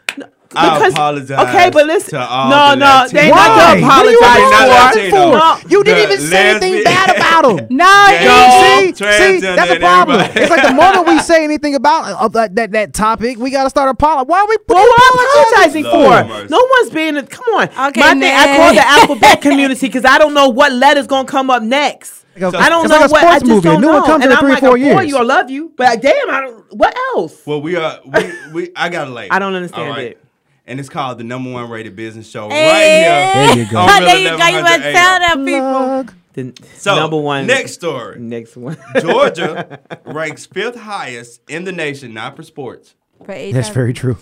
Speaker 2: I
Speaker 4: because-
Speaker 2: apologize.
Speaker 4: Okay, but listen.
Speaker 2: to all
Speaker 4: No,
Speaker 2: the
Speaker 4: no, they ain't
Speaker 1: Why?
Speaker 4: not to
Speaker 1: What are you
Speaker 4: apologize
Speaker 2: apologizing
Speaker 4: for.
Speaker 1: apologizing for?
Speaker 2: No,
Speaker 1: You didn't
Speaker 2: the
Speaker 1: even say anything
Speaker 2: lesbian-
Speaker 1: bad about him.
Speaker 3: no,
Speaker 2: Dave.
Speaker 3: you
Speaker 2: No.
Speaker 3: didn't.
Speaker 1: See,
Speaker 2: Transgender
Speaker 1: see, that's a
Speaker 2: and
Speaker 1: problem.
Speaker 2: everybody.
Speaker 1: It's like the moment we say anything about uh, that, that that topic, we gotta start apologizing. Why are we
Speaker 4: Well, what are you apologizing
Speaker 2: Lord
Speaker 4: for?
Speaker 2: mercy.
Speaker 4: No one's being. A, come on.
Speaker 3: Okay,
Speaker 4: My thing, I
Speaker 3: next.
Speaker 4: call the alphabet community because I don't know what letter's gonna come up next.
Speaker 1: Like a-
Speaker 4: I don't
Speaker 1: it's
Speaker 4: know
Speaker 1: like a
Speaker 4: what. I
Speaker 1: sports
Speaker 4: just
Speaker 1: movie. A
Speaker 4: don't
Speaker 1: new
Speaker 4: know.
Speaker 1: one comes
Speaker 4: and
Speaker 1: every
Speaker 4: I'm
Speaker 1: three,
Speaker 4: like,
Speaker 1: four
Speaker 4: I adore
Speaker 1: years.
Speaker 4: you. I love you, but damn, I don't. What else?
Speaker 2: Well, we are. We, we I got a late.
Speaker 4: I don't understand it.
Speaker 2: And it's called the number one rated business show right
Speaker 1: There
Speaker 2: here.
Speaker 1: you go.
Speaker 5: Oh,
Speaker 2: on Real
Speaker 3: There you go.
Speaker 2: 1100
Speaker 3: You must
Speaker 2: AM.
Speaker 3: tell them people.
Speaker 1: Plug.
Speaker 4: The
Speaker 2: So
Speaker 4: number one.
Speaker 2: Next story.
Speaker 4: Next one.
Speaker 2: Georgia ranks fifth highest in the nation, not for sports,
Speaker 1: That's very true.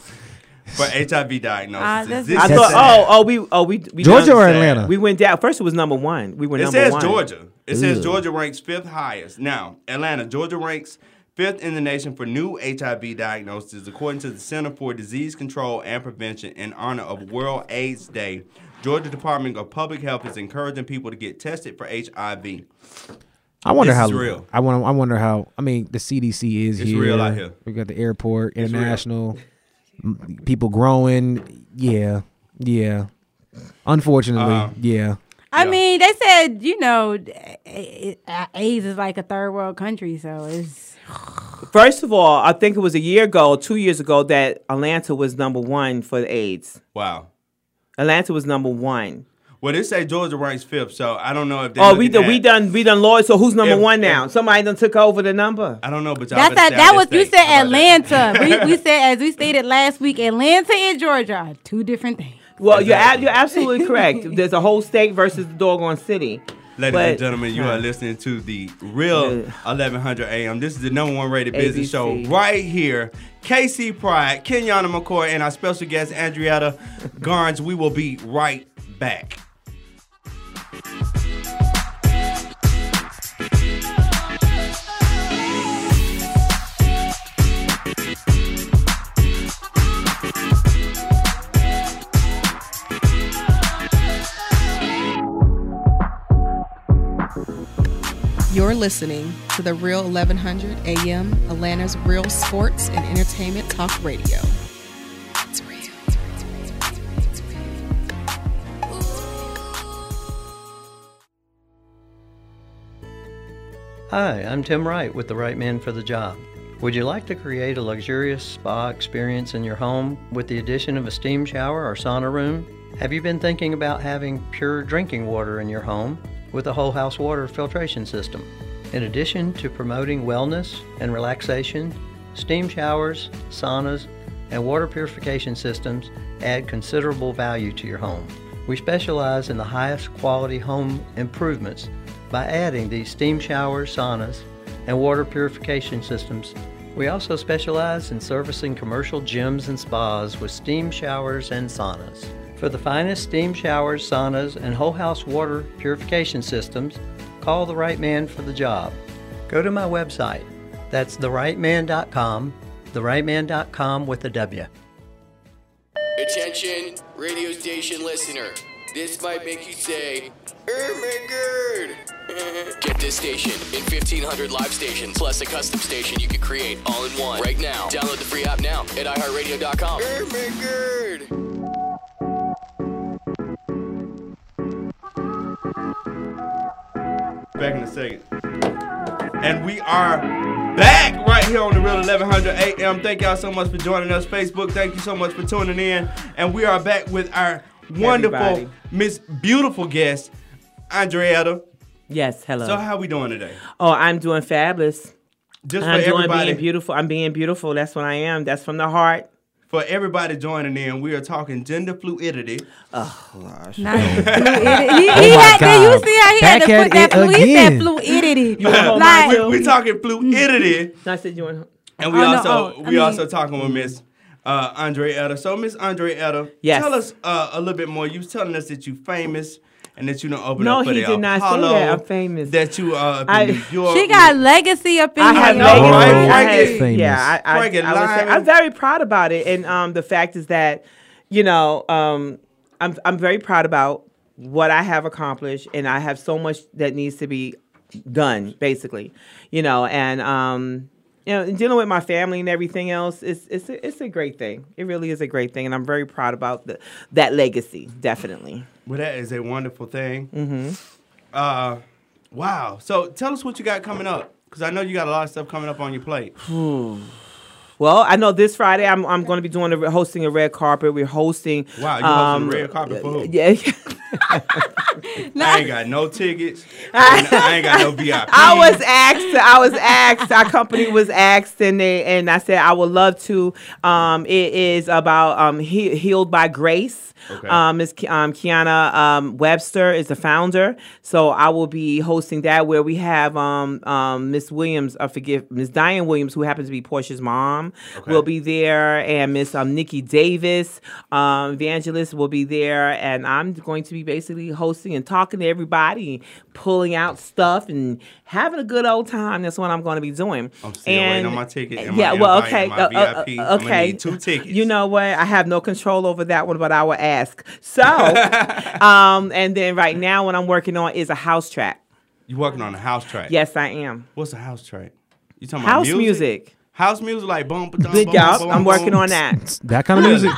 Speaker 2: for HIV diagnosis.
Speaker 3: Ah, that's-
Speaker 4: I
Speaker 1: That's
Speaker 4: thought.
Speaker 1: sad.
Speaker 4: Oh, oh, we, oh, we, we
Speaker 1: Georgia or
Speaker 4: done-
Speaker 1: Atlanta?
Speaker 4: We went down. First, it was number one. We were
Speaker 2: It
Speaker 4: oh, number
Speaker 2: says
Speaker 4: one.
Speaker 2: Georgia. It says
Speaker 1: Ew.
Speaker 2: Georgia ranks fifth highest. Now, Atlanta, Georgia ranks fifth in the nation for new HIV diagnoses, according to the Center for Disease Control and Prevention, in honor of World AIDS Day. Georgia Department of Public Health is encouraging people to get tested for HIV.
Speaker 1: I wonder
Speaker 2: This
Speaker 1: how
Speaker 2: is real.
Speaker 1: I wonder. I wonder how. I mean, the CDC is
Speaker 2: It's
Speaker 1: here.
Speaker 2: real out here.
Speaker 1: We got the airport,
Speaker 2: real.
Speaker 1: international, m- people growing. Yeah, yeah. Unfortunately,
Speaker 2: Um,
Speaker 1: yeah.
Speaker 3: I
Speaker 2: Yeah.
Speaker 3: mean, they said you know, A- A- AIDS is like a third world country, so it's
Speaker 4: First of all, I think it was a year ago, two years ago, that Atlanta was number one for the AIDS.
Speaker 2: Wow.
Speaker 4: Atlanta was number one.
Speaker 2: Well, they say Georgia ranks fifth, so I don't know if they.
Speaker 4: Oh, we done, we done, we done, Lloyd. So who's number
Speaker 2: If-
Speaker 4: one now? Somebody done took over the number.
Speaker 2: I don't know, but y'all.
Speaker 3: that's
Speaker 2: better
Speaker 3: a,
Speaker 2: stay
Speaker 3: that
Speaker 2: out
Speaker 3: was
Speaker 2: this
Speaker 3: you
Speaker 2: state.
Speaker 3: said
Speaker 2: How about that?
Speaker 3: Atlanta. we, we said as we stated last week, Atlanta and Georgia are two different things.
Speaker 4: Well, you're ab-
Speaker 2: Exactly.
Speaker 4: you're absolutely correct. There's a whole state versus the doggone city.
Speaker 2: Ladies and
Speaker 4: But-
Speaker 2: gentlemen, you are listening to the real 1100 AM. This is the number one rated business
Speaker 4: ABC.
Speaker 2: show right here. KC Pride, Kenyana McCoy, and our special guest, Andrietta Garnes. We will be right back.
Speaker 6: You're listening to the Real 1100 AM, Atlanta's real sports and entertainment talk radio. It's real. It's real. It's real. It's real. It's real.
Speaker 7: Hi, I'm Tim Wright with The Right Man for the Job. Would you like to create a luxurious spa experience in your home with the addition of a steam shower or sauna room? Have you been thinking about having pure drinking water in your home with a whole house water filtration system? In addition to promoting wellness and relaxation, steam showers, saunas, and water purification systems add considerable value to your home. We specialize in the highest quality home improvements by adding these steam showers, saunas, and water purification systems. We also specialize in servicing commercial gyms and spas with steam showers and saunas. For the finest steam showers, saunas, and whole house water purification systems, call the right man for the job. Go to my website. That's therightman.com, therightman.com with a W.
Speaker 8: Attention, radio station listener. This might make you say, Oh my god! Get this station in 1500 live stations plus a custom station you can create all in one right now. Download the free app now at iHeartRadio.com. Oh my god!
Speaker 2: Back in a second. And we are back right here on the Real 1100 AM. Thank y'all so much for joining us. Facebook, thank you so much for tuning in. And we are back with our
Speaker 4: Everybody.
Speaker 2: wonderful, Miss Beautiful guest, Andrietta.
Speaker 4: Yes, hello.
Speaker 2: So, how we doing today?
Speaker 4: oh, I'm doing fabulous.
Speaker 2: Just
Speaker 4: I'm
Speaker 2: for
Speaker 4: doing
Speaker 2: everybody.
Speaker 4: being beautiful. I'm being beautiful. That's what I am. That's from the heart.
Speaker 2: For everybody joining in, we are talking gender fluidity.
Speaker 3: Not fluidity. He, he
Speaker 1: my
Speaker 3: had to, you
Speaker 1: God.
Speaker 3: see how he
Speaker 1: Back
Speaker 3: had
Speaker 1: at
Speaker 3: to put that
Speaker 1: it
Speaker 3: fluid, he said
Speaker 1: again.
Speaker 3: fluidity.
Speaker 4: Oh,
Speaker 3: like,
Speaker 4: my
Speaker 2: we, we talking fluidity,
Speaker 4: I said you want.
Speaker 2: and we
Speaker 3: Oh, no,
Speaker 2: also
Speaker 3: oh,
Speaker 2: we
Speaker 3: I mean-
Speaker 2: also talking with Miss uh, Andre Etta. So Miss Andre Etta,
Speaker 4: Yes.
Speaker 2: tell us uh, a little bit more. You was telling us that you famous and that you don't open
Speaker 4: No,
Speaker 2: up for
Speaker 4: he
Speaker 2: the
Speaker 4: did not say
Speaker 2: Apollo,
Speaker 4: that. I'm famous.
Speaker 2: That you uh, up in
Speaker 4: I-
Speaker 2: New York.
Speaker 3: She got legacy up in
Speaker 4: I
Speaker 3: here.
Speaker 4: had
Speaker 2: know,
Speaker 4: legacy.
Speaker 1: right?
Speaker 4: I
Speaker 2: Frank
Speaker 4: had-
Speaker 2: is famous.
Speaker 4: yeah, I, I,
Speaker 2: Frank is
Speaker 4: I would say,
Speaker 2: lying.
Speaker 4: I'm very proud about it, and um, the fact is that, you know, um, I'm I'm very proud about what I have accomplished, and I have so much that needs to be done, basically, you know, and um, you know, and dealing with my family and everything else, it's it's a, it's a great thing. It really is a great thing, and I'm very proud about the, that legacy, definitely.
Speaker 2: Well, that is a wonderful thing. Mm-hmm. Uh, wow. So tell us what you got coming up, because I know you got a lot of stuff coming up on your plate.
Speaker 4: Well, I know this Friday I'm I'm going to be doing a, hosting a red carpet. We're hosting.
Speaker 2: Wow, you hosting a red carpet for who?
Speaker 4: Um, Yeah, yeah.
Speaker 2: I ain't got no tickets. and I ain't got no VIP.
Speaker 4: I was asked. I was asked. Our company was asked, and they and I said I would love to. Um, it is about um, he, healed by grace.
Speaker 2: Okay.
Speaker 4: Um, Ms. Ke- um, Kiana um, Webster is the founder, so I will be hosting that where we have um, um, Miss Williams. Uh, forgive Miss Diane Williams, who happens to be Portia's mom, will be there, and Miss um, Nikki Davis, um, evangelist, will be there, and I'm going to be basically hosting and talking to everybody, pulling out stuff and having a good old time. That's what I'm going to be doing.
Speaker 2: I'm still waiting on my ticket and my
Speaker 4: yeah, well,
Speaker 2: invite
Speaker 4: okay,
Speaker 2: and my
Speaker 4: uh, uh,
Speaker 2: VIP.
Speaker 4: uh,
Speaker 2: I'ma
Speaker 4: okay.
Speaker 2: need two tickets.
Speaker 4: You know what? I have no control over that one, but I will ask. So, um, and then right now, what I'm working on is a house track.
Speaker 2: you working on a house track.
Speaker 4: Yes, I am.
Speaker 2: What's a house track? You talking
Speaker 4: House
Speaker 2: about music?
Speaker 4: music.
Speaker 2: House music like boom, ba-dum, boom,
Speaker 4: Big up.
Speaker 2: boom,
Speaker 4: I'm working
Speaker 2: boom.
Speaker 4: on that.
Speaker 1: That kind of music.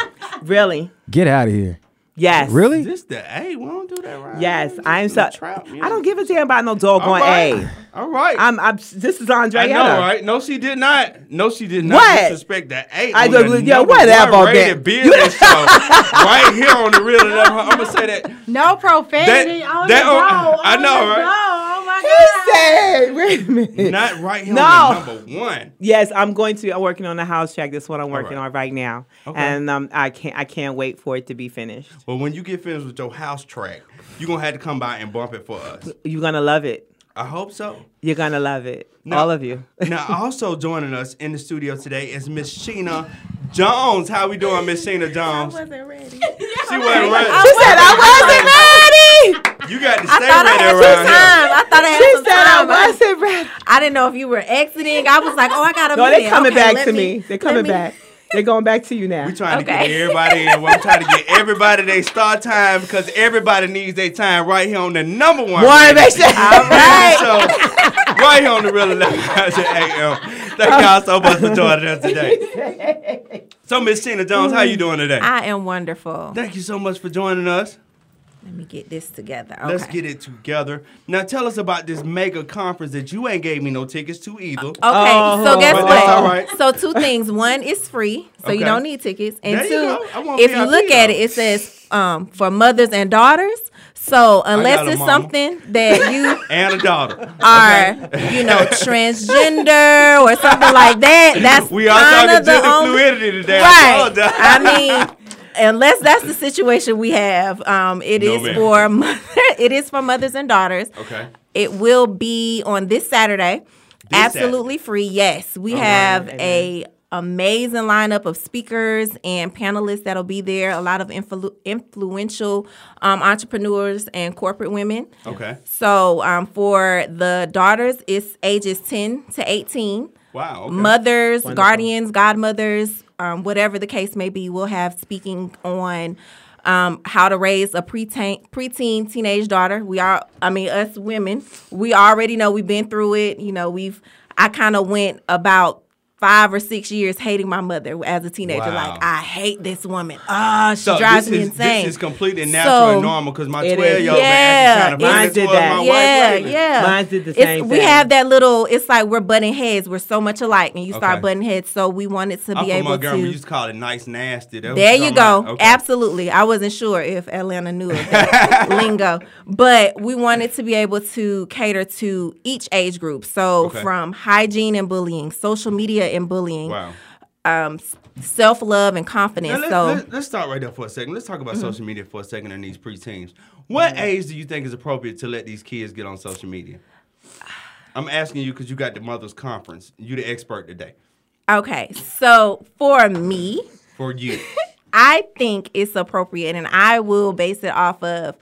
Speaker 4: Really?
Speaker 1: Get out of here.
Speaker 4: Yes.
Speaker 2: Is
Speaker 1: Really?
Speaker 2: this the A? We don't do that right.
Speaker 4: Yes.
Speaker 2: This
Speaker 4: I am
Speaker 2: is
Speaker 4: so.
Speaker 2: trap
Speaker 4: I don't
Speaker 2: music.
Speaker 4: give a damn about no dog
Speaker 2: All
Speaker 4: on
Speaker 2: right.
Speaker 4: A.
Speaker 2: All right.
Speaker 4: I'm. I'm. This is Andrea.
Speaker 2: I know, right? No, she did not. No, she did not
Speaker 4: What?
Speaker 2: disrespect that eight.
Speaker 4: I
Speaker 2: on
Speaker 4: don't-
Speaker 2: the
Speaker 4: yeah,
Speaker 2: number
Speaker 4: whatever,
Speaker 2: one rated
Speaker 4: Ben.
Speaker 2: business show right here on the real. I'm gonna say that.
Speaker 3: No profanity
Speaker 2: That-
Speaker 3: on
Speaker 2: that- oh,
Speaker 3: the dog.
Speaker 2: I know,
Speaker 3: on the
Speaker 2: right?
Speaker 3: dog. Oh my
Speaker 4: He
Speaker 3: god.
Speaker 4: said, wait a minute.
Speaker 2: Not right here
Speaker 4: No.
Speaker 2: on the number one.
Speaker 4: Yes, I'm going to. I'm working on the house track. That's what I'm working
Speaker 2: right.
Speaker 4: on right now,
Speaker 2: Okay.
Speaker 4: and um, I can't. I can't wait for it to be finished.
Speaker 2: But when you get finished with your house track, you're gonna have to come by and bump it for us.
Speaker 4: You're gonna love it.
Speaker 2: I hope so.
Speaker 4: You're gonna love it.
Speaker 2: Now-
Speaker 4: All of you.
Speaker 2: now, also joining us in the studio today is Miss Sheena Jones. How we doing, Miss Sheena Jones? She wasn't
Speaker 4: She
Speaker 2: ready.
Speaker 4: said I wasn't ready.
Speaker 2: You got to
Speaker 5: I
Speaker 2: stay
Speaker 5: thought I
Speaker 2: ready
Speaker 5: had
Speaker 2: around
Speaker 5: some
Speaker 2: here.
Speaker 5: time. I thought I had
Speaker 4: She
Speaker 5: some
Speaker 4: said I
Speaker 5: time. I,
Speaker 4: wasn't ready.
Speaker 5: I didn't know if you were exiting. I was like, oh, I gotta.
Speaker 4: No,
Speaker 5: be
Speaker 4: they're
Speaker 5: there.
Speaker 4: coming
Speaker 5: Okay,
Speaker 4: back
Speaker 5: let
Speaker 4: to me. They're coming
Speaker 5: let me-
Speaker 4: back. They're going back to you now.
Speaker 2: We trying to
Speaker 5: Okay.
Speaker 2: get everybody in. Well, I'm trying to get everybody their start time because everybody needs their time right here on the number one.
Speaker 4: One make sure. All
Speaker 2: Right.
Speaker 4: right.
Speaker 2: So, right here on the Real Eleven AM. Thank
Speaker 5: Oh.
Speaker 2: y'all so much for joining us today. So, Miss Sheena Jones, how you doing today?
Speaker 5: Mm. I am wonderful.
Speaker 2: Thank you so much for joining us.
Speaker 5: Let me get this together. Okay.
Speaker 2: Let's get it together. Now, tell us about this mega conference that you ain't gave me no tickets to either.
Speaker 5: Okay,
Speaker 4: Oh,
Speaker 5: so guess
Speaker 2: but
Speaker 5: what?
Speaker 2: that's all right.
Speaker 5: So two things. One is free, so
Speaker 2: Okay.
Speaker 5: you don't need tickets. And
Speaker 2: There you go. I
Speaker 5: two,
Speaker 2: want
Speaker 5: if
Speaker 2: VIP
Speaker 5: you look at it, it says um, for mothers and daughters. So
Speaker 2: got
Speaker 5: unless
Speaker 2: a
Speaker 5: it's
Speaker 2: mama.
Speaker 5: something that you
Speaker 2: and a daughter.
Speaker 5: are, you know, transgender or something like that, that's
Speaker 2: We are
Speaker 5: kinda
Speaker 2: talking
Speaker 5: the
Speaker 2: gender
Speaker 5: only-
Speaker 2: fluidity today. I
Speaker 5: Right.
Speaker 2: apologize.
Speaker 5: I mean, unless that's the situation we have, um, it
Speaker 2: No,
Speaker 5: is
Speaker 2: ma'am.
Speaker 5: for mother, it is for mothers and daughters.
Speaker 2: Okay.
Speaker 5: It will be on this Saturday.
Speaker 2: This
Speaker 5: absolutely free. Yes, we have a amazing lineup of speakers and panelists that'll be there. A lot of influ- influential um, entrepreneurs and corporate women.
Speaker 2: Okay.
Speaker 5: So um, for the daughters, it's ages ten to eighteen.
Speaker 2: Wow. Okay.
Speaker 5: Mothers, guardians, godmothers, um, whatever the case may be, we'll have speaking on um, how to raise a preteen, preteen, teenage daughter. We are, I mean, us women, we already know we've been through it. You know, we've, I kind of went about five or six years hating my mother as a teenager.
Speaker 2: Wow. Uh,
Speaker 5: Like, I hate this woman. Ah, she
Speaker 2: So
Speaker 5: drives
Speaker 2: this
Speaker 5: me
Speaker 2: is,
Speaker 5: insane.
Speaker 2: This is completely natural and
Speaker 5: So-
Speaker 2: normal because my
Speaker 4: It is.
Speaker 2: twelve year old
Speaker 5: Yeah,
Speaker 2: man
Speaker 5: it-
Speaker 2: kind
Speaker 4: Mine
Speaker 2: of
Speaker 4: did that.
Speaker 2: My
Speaker 5: Oh, yeah,
Speaker 2: wife lately.
Speaker 5: yeah.
Speaker 4: Mine did the
Speaker 5: It's-
Speaker 4: same
Speaker 5: We
Speaker 4: thing.
Speaker 5: have that little. It's like we're butting heads. We're so much alike, and you
Speaker 2: Okay.
Speaker 5: start butting heads. So we wanted to
Speaker 2: I'm
Speaker 5: be
Speaker 2: from
Speaker 5: able
Speaker 2: Montgomery.
Speaker 5: to.
Speaker 2: We used to call it nice nasty. That was
Speaker 5: There you
Speaker 2: something
Speaker 5: go.
Speaker 2: like- okay.
Speaker 5: Absolutely. I wasn't sure if Atlanta knew of that lingo, but we wanted to be able to cater to each age group. So
Speaker 2: Okay.
Speaker 5: from hygiene and bullying, social media and bullying,
Speaker 2: Wow.
Speaker 5: um, self love and
Speaker 2: Now,
Speaker 5: confidence.
Speaker 2: let's,
Speaker 5: so Mm-hmm.
Speaker 2: let's, let's start right there for a second. Let's talk about social media for a second and these preteens. What age do you think is appropriate to let these kids get on social media? I'm asking you because you got the mothers conference. You the expert today.
Speaker 5: okay, so for me,
Speaker 2: For you,
Speaker 5: I think it's appropriate, and I will base it off of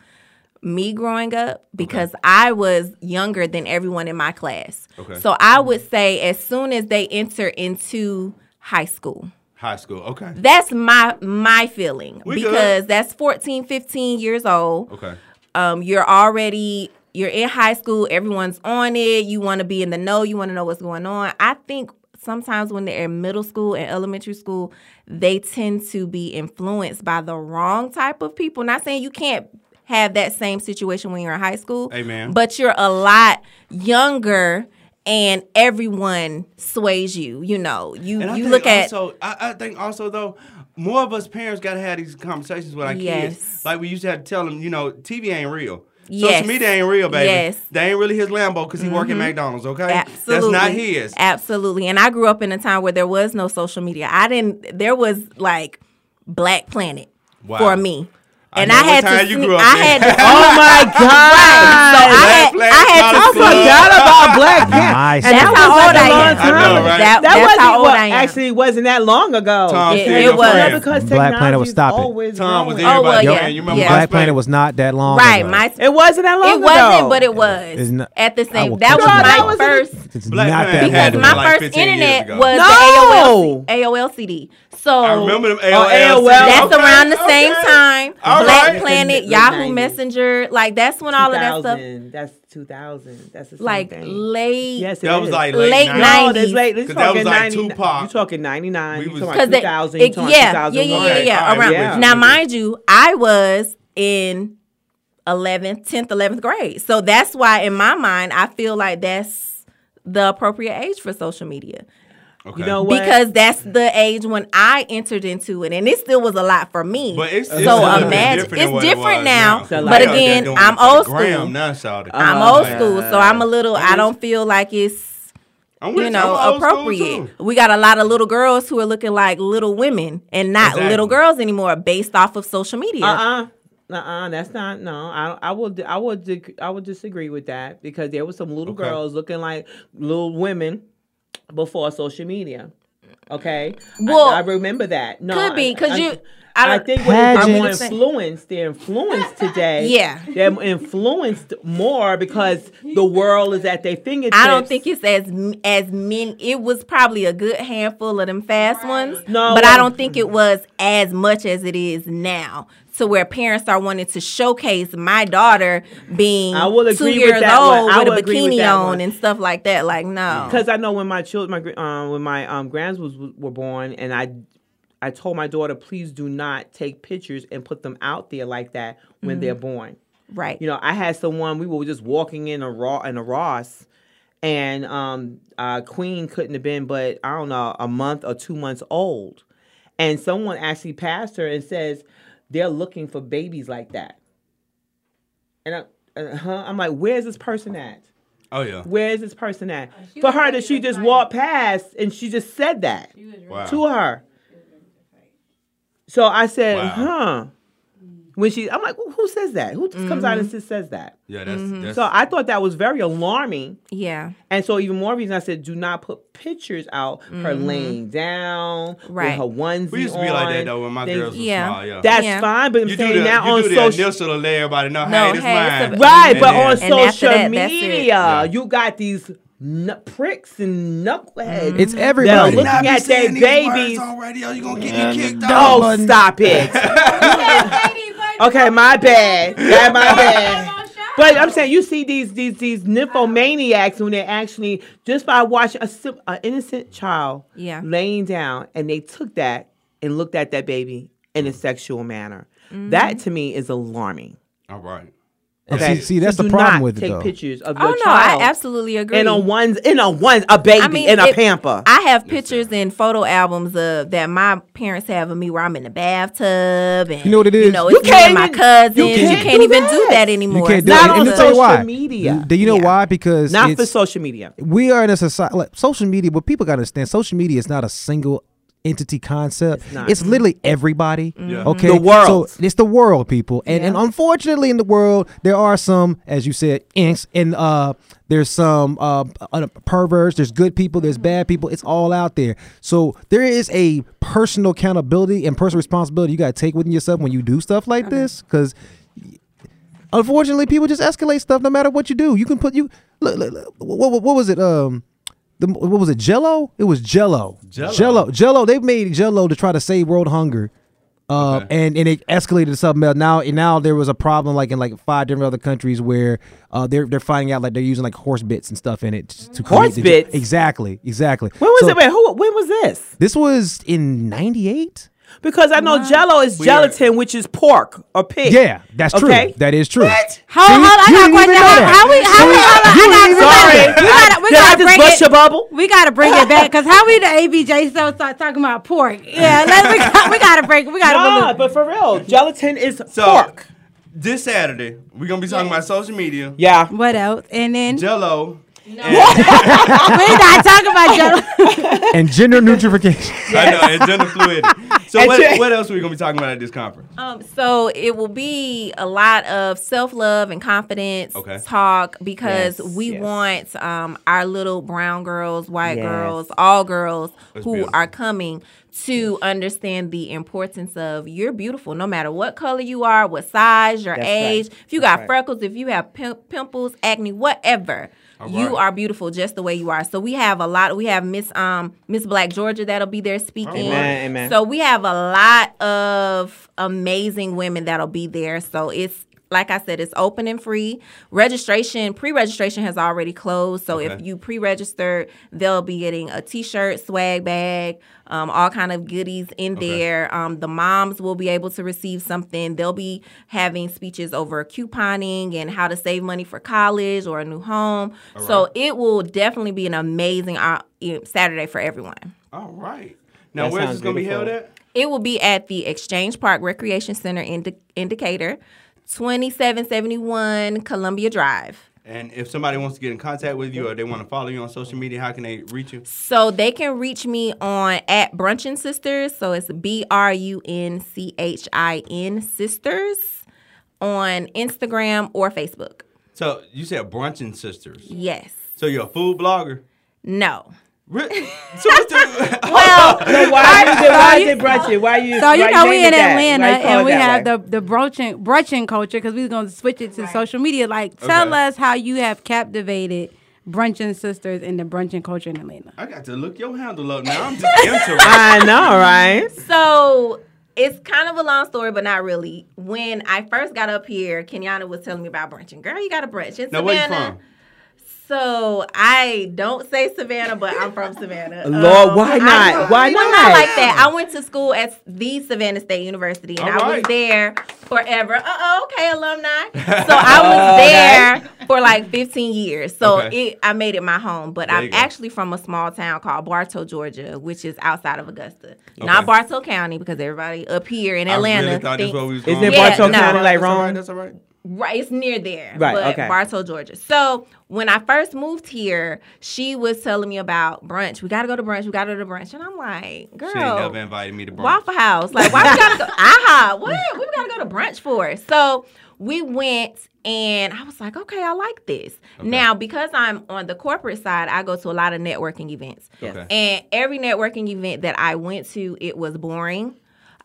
Speaker 5: me growing up because I was younger than everyone in my class.
Speaker 2: Okay.
Speaker 5: So I would say as soon as they enter into high school.
Speaker 2: High school. Okay.
Speaker 5: That's my my feeling
Speaker 2: We good.
Speaker 5: because that's 14, 15 years old.
Speaker 2: Okay.
Speaker 5: Um you're already you're in high school, everyone's on it, you want to be in the know, you want to know what's going on. I think sometimes when they're in middle school and elementary school, they tend to be influenced by the wrong type of people. Not saying you can't have that same situation when you're in high school.
Speaker 2: Amen.
Speaker 5: But you're a lot younger and everyone sways you, you know. You
Speaker 2: And I
Speaker 5: you
Speaker 2: think
Speaker 5: look at
Speaker 2: also, I, I think also though, more of us parents gotta have these conversations with our kids.
Speaker 5: Yes.
Speaker 2: Like we used to have to tell them, you know, TV ain't real.
Speaker 5: Yes.
Speaker 2: Social media ain't real, baby.
Speaker 5: Yes. Mm-hmm.
Speaker 2: They ain't really his Lambo because he work at McDonald's. Okay,
Speaker 5: Absolutely.
Speaker 2: that's not his.
Speaker 5: Absolutely. And I grew up in a time where there was no social media. I didn't there was like Black Planet
Speaker 2: Wow.
Speaker 5: for me.
Speaker 2: I
Speaker 5: And
Speaker 2: know
Speaker 5: I,
Speaker 2: what
Speaker 5: had
Speaker 2: time
Speaker 5: to
Speaker 2: you
Speaker 5: sne-
Speaker 2: grew up
Speaker 5: I
Speaker 2: in.
Speaker 5: had to Oh my god.
Speaker 2: Black
Speaker 5: Right. So
Speaker 2: Planet, Dollar
Speaker 5: I had, I had to
Speaker 2: Club.
Speaker 5: sneak-
Speaker 4: forgot about Black Panther.
Speaker 1: My
Speaker 5: That's
Speaker 1: son.
Speaker 5: how
Speaker 4: was
Speaker 5: old
Speaker 4: like a
Speaker 5: I
Speaker 4: long
Speaker 5: am.
Speaker 2: ago. I
Speaker 4: time
Speaker 2: know,
Speaker 5: That,
Speaker 2: right?
Speaker 4: That
Speaker 5: that's
Speaker 4: wasn't
Speaker 5: how old
Speaker 4: well,
Speaker 5: I am.
Speaker 4: actually wasn't that long ago.
Speaker 2: Tom,
Speaker 5: Yeah,
Speaker 2: still
Speaker 5: it
Speaker 2: your
Speaker 5: was.
Speaker 4: No,
Speaker 2: friend.
Speaker 4: because
Speaker 1: Black Planet
Speaker 4: technology
Speaker 1: was
Speaker 4: is
Speaker 1: stopping.
Speaker 4: always
Speaker 2: Tom was
Speaker 5: Oh,
Speaker 4: growing.
Speaker 2: everybody's
Speaker 5: well,
Speaker 2: friend.
Speaker 5: yeah.
Speaker 2: You remember
Speaker 5: Yeah.
Speaker 2: my
Speaker 5: Black
Speaker 1: Black Planet
Speaker 2: friend?
Speaker 1: was not that long.
Speaker 5: right.
Speaker 1: ago.
Speaker 5: My
Speaker 4: It wasn't that long
Speaker 5: it
Speaker 4: ago.
Speaker 5: wasn't, but it was
Speaker 1: It's not-
Speaker 5: at the
Speaker 1: I will
Speaker 5: same. That
Speaker 1: put
Speaker 5: was
Speaker 1: you
Speaker 5: my
Speaker 1: down.
Speaker 4: No, that
Speaker 5: first
Speaker 1: It's
Speaker 2: Black
Speaker 1: not
Speaker 2: Planet
Speaker 1: that
Speaker 2: had
Speaker 1: long. ago.
Speaker 2: it
Speaker 5: because my
Speaker 2: like
Speaker 5: first
Speaker 2: 15 years
Speaker 5: internet
Speaker 2: ago.
Speaker 5: was
Speaker 4: No.
Speaker 5: the AOL, AOL CD. So
Speaker 2: I remember them AOL.
Speaker 4: Oh, AOL.
Speaker 5: That's
Speaker 2: Okay,
Speaker 5: around the
Speaker 2: okay.
Speaker 5: same time.
Speaker 2: All
Speaker 5: Black
Speaker 2: right.
Speaker 5: Planet,
Speaker 4: Late
Speaker 5: Yahoo
Speaker 4: 90s.
Speaker 5: Messenger, like that's when all of that stuff,
Speaker 4: 2000. That's 2000. That's the same
Speaker 5: like
Speaker 4: thing.
Speaker 5: late.
Speaker 4: yes, it
Speaker 2: That was
Speaker 4: is.
Speaker 2: like
Speaker 5: Late
Speaker 2: late
Speaker 5: night.
Speaker 2: nineties.
Speaker 4: No, that's late.
Speaker 2: 'Cause
Speaker 4: This
Speaker 2: that
Speaker 4: talking
Speaker 2: was like
Speaker 4: 90
Speaker 2: Tupac.
Speaker 4: You talking 99.
Speaker 2: We
Speaker 4: You
Speaker 2: was-
Speaker 4: talking
Speaker 5: Cause
Speaker 4: about
Speaker 5: they-
Speaker 4: 2000.
Speaker 5: it-
Speaker 4: you talking
Speaker 5: yeah,
Speaker 4: about
Speaker 5: yeah, yeah, yeah,
Speaker 4: 2001.
Speaker 5: yeah,
Speaker 2: All right,
Speaker 5: around.
Speaker 4: I'm with you.
Speaker 5: Now, mind you, I was in 11th, 10th, 11th grade, so that's why in my mind I feel like that's the appropriate age for social media
Speaker 2: Okay.
Speaker 4: You know what?
Speaker 5: because that's the age when I entered into it, and it still was a lot for me.
Speaker 2: but it's, it's a
Speaker 5: so
Speaker 2: little bit
Speaker 5: imagine
Speaker 2: different than
Speaker 5: it's
Speaker 2: what it
Speaker 5: different
Speaker 2: was
Speaker 5: now.
Speaker 4: So,
Speaker 5: but
Speaker 4: like-
Speaker 2: Now they
Speaker 5: again,
Speaker 2: doing
Speaker 5: I'm
Speaker 2: it for the
Speaker 5: old school.
Speaker 2: gram now, shawty.
Speaker 5: I'm
Speaker 4: Oh,
Speaker 5: old
Speaker 4: yeah.
Speaker 5: school, so I'm a little. I don't feel like it's
Speaker 2: I'm with
Speaker 5: you know
Speaker 2: I'm old school, too.
Speaker 5: appropriate. We got a lot of little girls who are looking like little women and not
Speaker 2: Exactly.
Speaker 5: little girls anymore, based off of social media.
Speaker 4: Uh uh-uh. uh. that's not no. I I will di- I will dig- I will disagree with that because there was some little
Speaker 2: Okay.
Speaker 4: girls looking like little women before social media. Okay, I-
Speaker 5: Well,
Speaker 4: I, remember that. No,
Speaker 5: could be, 'cause
Speaker 4: I-
Speaker 5: you-
Speaker 4: I,
Speaker 5: I-
Speaker 4: think what it is,
Speaker 1: Pageants.
Speaker 4: they were influenced. They're influenced today.
Speaker 5: Yeah.
Speaker 4: they're influenced more because the world is at their fingertips.
Speaker 5: I don't think it's as m- as many. It was probably a good handful of them fast ones,
Speaker 4: No,
Speaker 5: but I
Speaker 4: um,
Speaker 5: don't think it was as much as it is now. To where parents are wanting to showcase my daughter being
Speaker 4: I will
Speaker 5: two
Speaker 4: agree with
Speaker 5: years
Speaker 4: that one.
Speaker 5: old
Speaker 4: I
Speaker 5: with a
Speaker 4: will agree with
Speaker 5: bikini
Speaker 4: that
Speaker 5: on
Speaker 4: one.
Speaker 5: and stuff like that. Like no,
Speaker 4: because I know when my children, my gr- um, when my um grands was were born, and I, I told my daughter, please do not take pictures and put them out there like that when they're born.
Speaker 5: right?
Speaker 4: You know, I had someone we were just walking in a raw in a Ross, and um, uh, Queen couldn't have been, but I don't know, a month or two months old, and someone actually passed her and says they're looking for babies like that, and I, uh, huh? I'm like, where's this person at?
Speaker 2: Oh yeah.
Speaker 4: where is this person
Speaker 5: Uh,
Speaker 4: at? For her that she just walked past and she just said that
Speaker 2: Wow.
Speaker 4: to her. So I said,
Speaker 2: Wow.
Speaker 4: huh.
Speaker 5: Mm.
Speaker 4: When she, I'm like, who who says that? Who just comes out
Speaker 5: Mm-hmm.
Speaker 4: and just says that?
Speaker 2: Yeah, that's, that's
Speaker 4: So I thought that was very alarming.
Speaker 5: Yeah,
Speaker 4: And so even more reason I said, do not put pictures out her laying down,
Speaker 5: Mm-hmm. Right.
Speaker 4: with her onesie
Speaker 2: we used to be like that
Speaker 4: on,
Speaker 2: though when my
Speaker 4: things-
Speaker 2: girls was
Speaker 5: Yeah.
Speaker 2: small. Yeah.
Speaker 4: That's
Speaker 5: Yeah.
Speaker 4: fine, but I'm
Speaker 2: you do
Speaker 4: saying
Speaker 2: the,
Speaker 4: now
Speaker 2: you
Speaker 4: on
Speaker 2: do the
Speaker 4: social
Speaker 2: initial to let everybody know, hey,
Speaker 5: No,
Speaker 2: this
Speaker 5: hey, it's
Speaker 2: mine.
Speaker 5: a-
Speaker 4: Right,
Speaker 2: And
Speaker 4: but
Speaker 2: then-
Speaker 4: on
Speaker 5: And after
Speaker 4: social
Speaker 5: that, that's it.
Speaker 4: media, you got these n- pricks and knuckleheads.
Speaker 1: It's
Speaker 4: that are
Speaker 1: everybody.
Speaker 4: looking
Speaker 2: I be
Speaker 4: at their
Speaker 2: saying these words
Speaker 4: babies.
Speaker 2: on radio, you gonna get me kicked
Speaker 4: Oh,
Speaker 2: off.
Speaker 4: stop it. okay, my bad. That my bad. But I'm saying you see these these these nymphomaniacs when they actually just by watching a sim- an innocent child
Speaker 5: Yeah.
Speaker 4: laying down and they took that and looked at that baby in
Speaker 5: Mm.
Speaker 4: a sexual manner.
Speaker 5: Mm-hmm.
Speaker 4: That to me is alarming.
Speaker 2: All right.
Speaker 1: And See, see, that's
Speaker 4: You
Speaker 1: the
Speaker 4: do
Speaker 1: problem
Speaker 4: not
Speaker 1: with it
Speaker 4: take
Speaker 1: though.
Speaker 4: pictures of your
Speaker 5: Oh no,
Speaker 4: child
Speaker 5: I absolutely agree.
Speaker 4: in a one's in a one a baby
Speaker 5: I mean,
Speaker 4: in a
Speaker 5: it-
Speaker 4: pamper.
Speaker 5: I have pictures and photo albums of that my parents have of me where I'm in the bathtub and
Speaker 1: You know what it
Speaker 5: You
Speaker 1: is?
Speaker 5: know,
Speaker 1: You
Speaker 5: it's me and my
Speaker 4: can't-
Speaker 5: cousins. You
Speaker 4: you
Speaker 5: can't,
Speaker 4: can't do
Speaker 5: even
Speaker 4: that.
Speaker 5: do that
Speaker 1: You
Speaker 5: anymore.
Speaker 1: can't do
Speaker 4: Not
Speaker 1: it.
Speaker 4: on
Speaker 1: And let me tell you
Speaker 4: social
Speaker 1: why.
Speaker 4: media.
Speaker 1: Do you know
Speaker 5: Yeah.
Speaker 1: why? Because
Speaker 4: not for
Speaker 1: it's-
Speaker 4: social media.
Speaker 1: we are in a society like social media but people gotta understand social media is not a single entity concept it's,
Speaker 4: not.
Speaker 1: literally everybody
Speaker 2: Yeah.
Speaker 1: okay
Speaker 4: The world.
Speaker 1: so it's the world people and, and unfortunately in the world there are some as you said inks and uh there's some uh, uh perverts there's good people there's bad people it's all out there so there is a personal accountability and personal responsibility you gotta take within yourself when you do stuff like this because Unfortunately, people just escalate stuff no matter what you do. You can put you look, look, look, what, what what was it um the, what was it Jello? It was Jello.
Speaker 2: Jell-O.
Speaker 1: Jello. Jello. They made Jello to try to save world hunger. Uh, and, and it escalated to something else. Now and now there was a problem like in like five different other countries where uh, they're they're finding out like they're using like horse bits and stuff in it to create
Speaker 4: Horse
Speaker 1: the-
Speaker 4: bits?
Speaker 1: Exactly, exactly.
Speaker 4: When was
Speaker 1: So
Speaker 4: it? Wait, who? When was this?
Speaker 1: This was in '98.
Speaker 4: Because I know Jello is
Speaker 2: We are-
Speaker 4: gelatin, which is pork or pig.
Speaker 1: Yeah, that's true.
Speaker 4: Okay.
Speaker 1: That is true. What?
Speaker 3: Hold, hold, I got a question. How, how we, how we, hold on,
Speaker 1: You
Speaker 3: I
Speaker 1: didn't even
Speaker 3: got
Speaker 1: know that.
Speaker 3: a question. We gotta, we
Speaker 4: Did I
Speaker 3: gotta
Speaker 4: just
Speaker 3: bring
Speaker 4: bust
Speaker 3: it.
Speaker 4: your bubble?
Speaker 3: we gotta bring it back because how we the ABJ so start talking about pork? Yeah, let, we, got, we gotta break. We gotta
Speaker 4: Nah,
Speaker 3: balloon.
Speaker 4: but for real, gelatin is
Speaker 2: So
Speaker 4: pork.
Speaker 2: this Saturday, we're gonna be talking about social media,
Speaker 4: Yeah.
Speaker 3: What else? And then
Speaker 2: Jello.
Speaker 3: we not talking about Jello.
Speaker 1: And gender neutrification.
Speaker 2: I know, and gender fluidity. So
Speaker 4: And
Speaker 2: what,
Speaker 4: Jay-
Speaker 2: what else are we gonna be talking about at this conference?
Speaker 5: Um, so it will be a lot of self love and confidence
Speaker 2: Okay.
Speaker 5: talk because
Speaker 4: Yes,
Speaker 5: we
Speaker 4: yes.
Speaker 5: want um, our little brown girls, white
Speaker 4: Yes.
Speaker 5: girls, all girls who
Speaker 2: beautiful.
Speaker 5: are coming to understand the importance of you're beautiful no matter what color you are, what size, your
Speaker 4: That's right.
Speaker 5: age. If you got
Speaker 4: right.
Speaker 5: freckles, if you have pim- pimples, acne, whatever.
Speaker 2: right.
Speaker 5: You are beautiful just the way you are. So we have a lot. We have Miss um Miss Black Georgia that'll be there speaking.
Speaker 4: Amen, amen.
Speaker 5: So we have a lot of amazing women that'll be there. So it's like I said, it's open and free. Registration, pre-registration has already closed. So if
Speaker 2: Okay.
Speaker 5: you pre-registered, they'll be getting a T-shirt, swag bag, um, all kind of goodies in there. Um, the moms will be able to receive something. They'll be having speeches over couponing and how to save money for college or a new home. So it will definitely be an amazing uh, Saturday for everyone.
Speaker 2: All right. Now
Speaker 4: That
Speaker 2: where's
Speaker 4: sounds
Speaker 2: this gonna
Speaker 4: beautiful.
Speaker 2: be held at?
Speaker 5: It will be at the Exchange Park Recreation Center in De- Indicator, 2771 Columbia Drive.
Speaker 2: And if somebody wants to get in contact with you or they want to follow you on social media, how can they reach you?
Speaker 5: So they can reach me on at Brunchin Sisters. So it's B R U N C H I N Sisters on Instagram or Facebook.
Speaker 2: So you said brunching sisters.
Speaker 5: Yes.
Speaker 2: So you're a food blogger.
Speaker 5: No.
Speaker 2: Re- so what's the,
Speaker 4: Then why, then why is it brunchy? Why you?
Speaker 3: So you
Speaker 4: why
Speaker 3: know
Speaker 4: name
Speaker 3: we
Speaker 4: it
Speaker 3: in
Speaker 4: that?
Speaker 3: Atlanta
Speaker 4: Why you call it
Speaker 3: and we
Speaker 4: that
Speaker 3: have
Speaker 4: way?
Speaker 3: the the broaching brunching culture because we're gonna switch it to social media. Like, tell
Speaker 2: Okay.
Speaker 3: us how you have captivated brunching sisters in the brunching culture in Atlanta.
Speaker 2: I got to look your handle up now. I'm just interested.
Speaker 4: I know, right?
Speaker 5: So it's kind of a long story, but not really. When I first got up here, Kenyana was telling me about brunching. Girl, you got a brunch in
Speaker 2: now
Speaker 5: Savannah.
Speaker 2: where you from?
Speaker 5: So I don't say Savannah, but I'm from Savannah. Um,
Speaker 4: Lord, why
Speaker 5: I-
Speaker 4: not? Why
Speaker 5: you know,
Speaker 4: not?
Speaker 5: like that. I went to school at the Savannah State University, and
Speaker 2: All
Speaker 5: I
Speaker 2: right.
Speaker 5: was there forever. Uh oh, okay, alumni. So I was there for like 15 years. So
Speaker 2: Okay.
Speaker 5: it, I made it my home. But
Speaker 2: There you
Speaker 5: I'm
Speaker 2: go.
Speaker 5: actually from a small town called Bartow, Georgia, which is outside of Augusta,
Speaker 2: Okay.
Speaker 5: not Bartow County, because everybody up here in Atlanta.
Speaker 2: I really thought this
Speaker 5: thinks-
Speaker 2: was we was
Speaker 4: Isn't
Speaker 2: going.
Speaker 4: it
Speaker 5: Yeah, Bartow no.
Speaker 4: County, like,
Speaker 2: That's all right,
Speaker 4: wrong?
Speaker 2: That's all right.
Speaker 5: Right, it's near there,
Speaker 4: Right,
Speaker 5: but
Speaker 4: okay.
Speaker 5: Bartow, Georgia. So when I first moved here, she was telling me about brunch. We gotta go to brunch. We gotta go to brunch, and I'm like,
Speaker 2: She ain't never
Speaker 5: girl,
Speaker 2: invited me to brunch.
Speaker 5: Waffle House. Like, why we gotta go? Aha, what? We gotta go to brunch for? So we went, and I was like, okay, I like this. Now because I'm on the corporate side, I go to a lot of networking events.
Speaker 2: Okay.
Speaker 5: And every networking event that I went to, it was boring.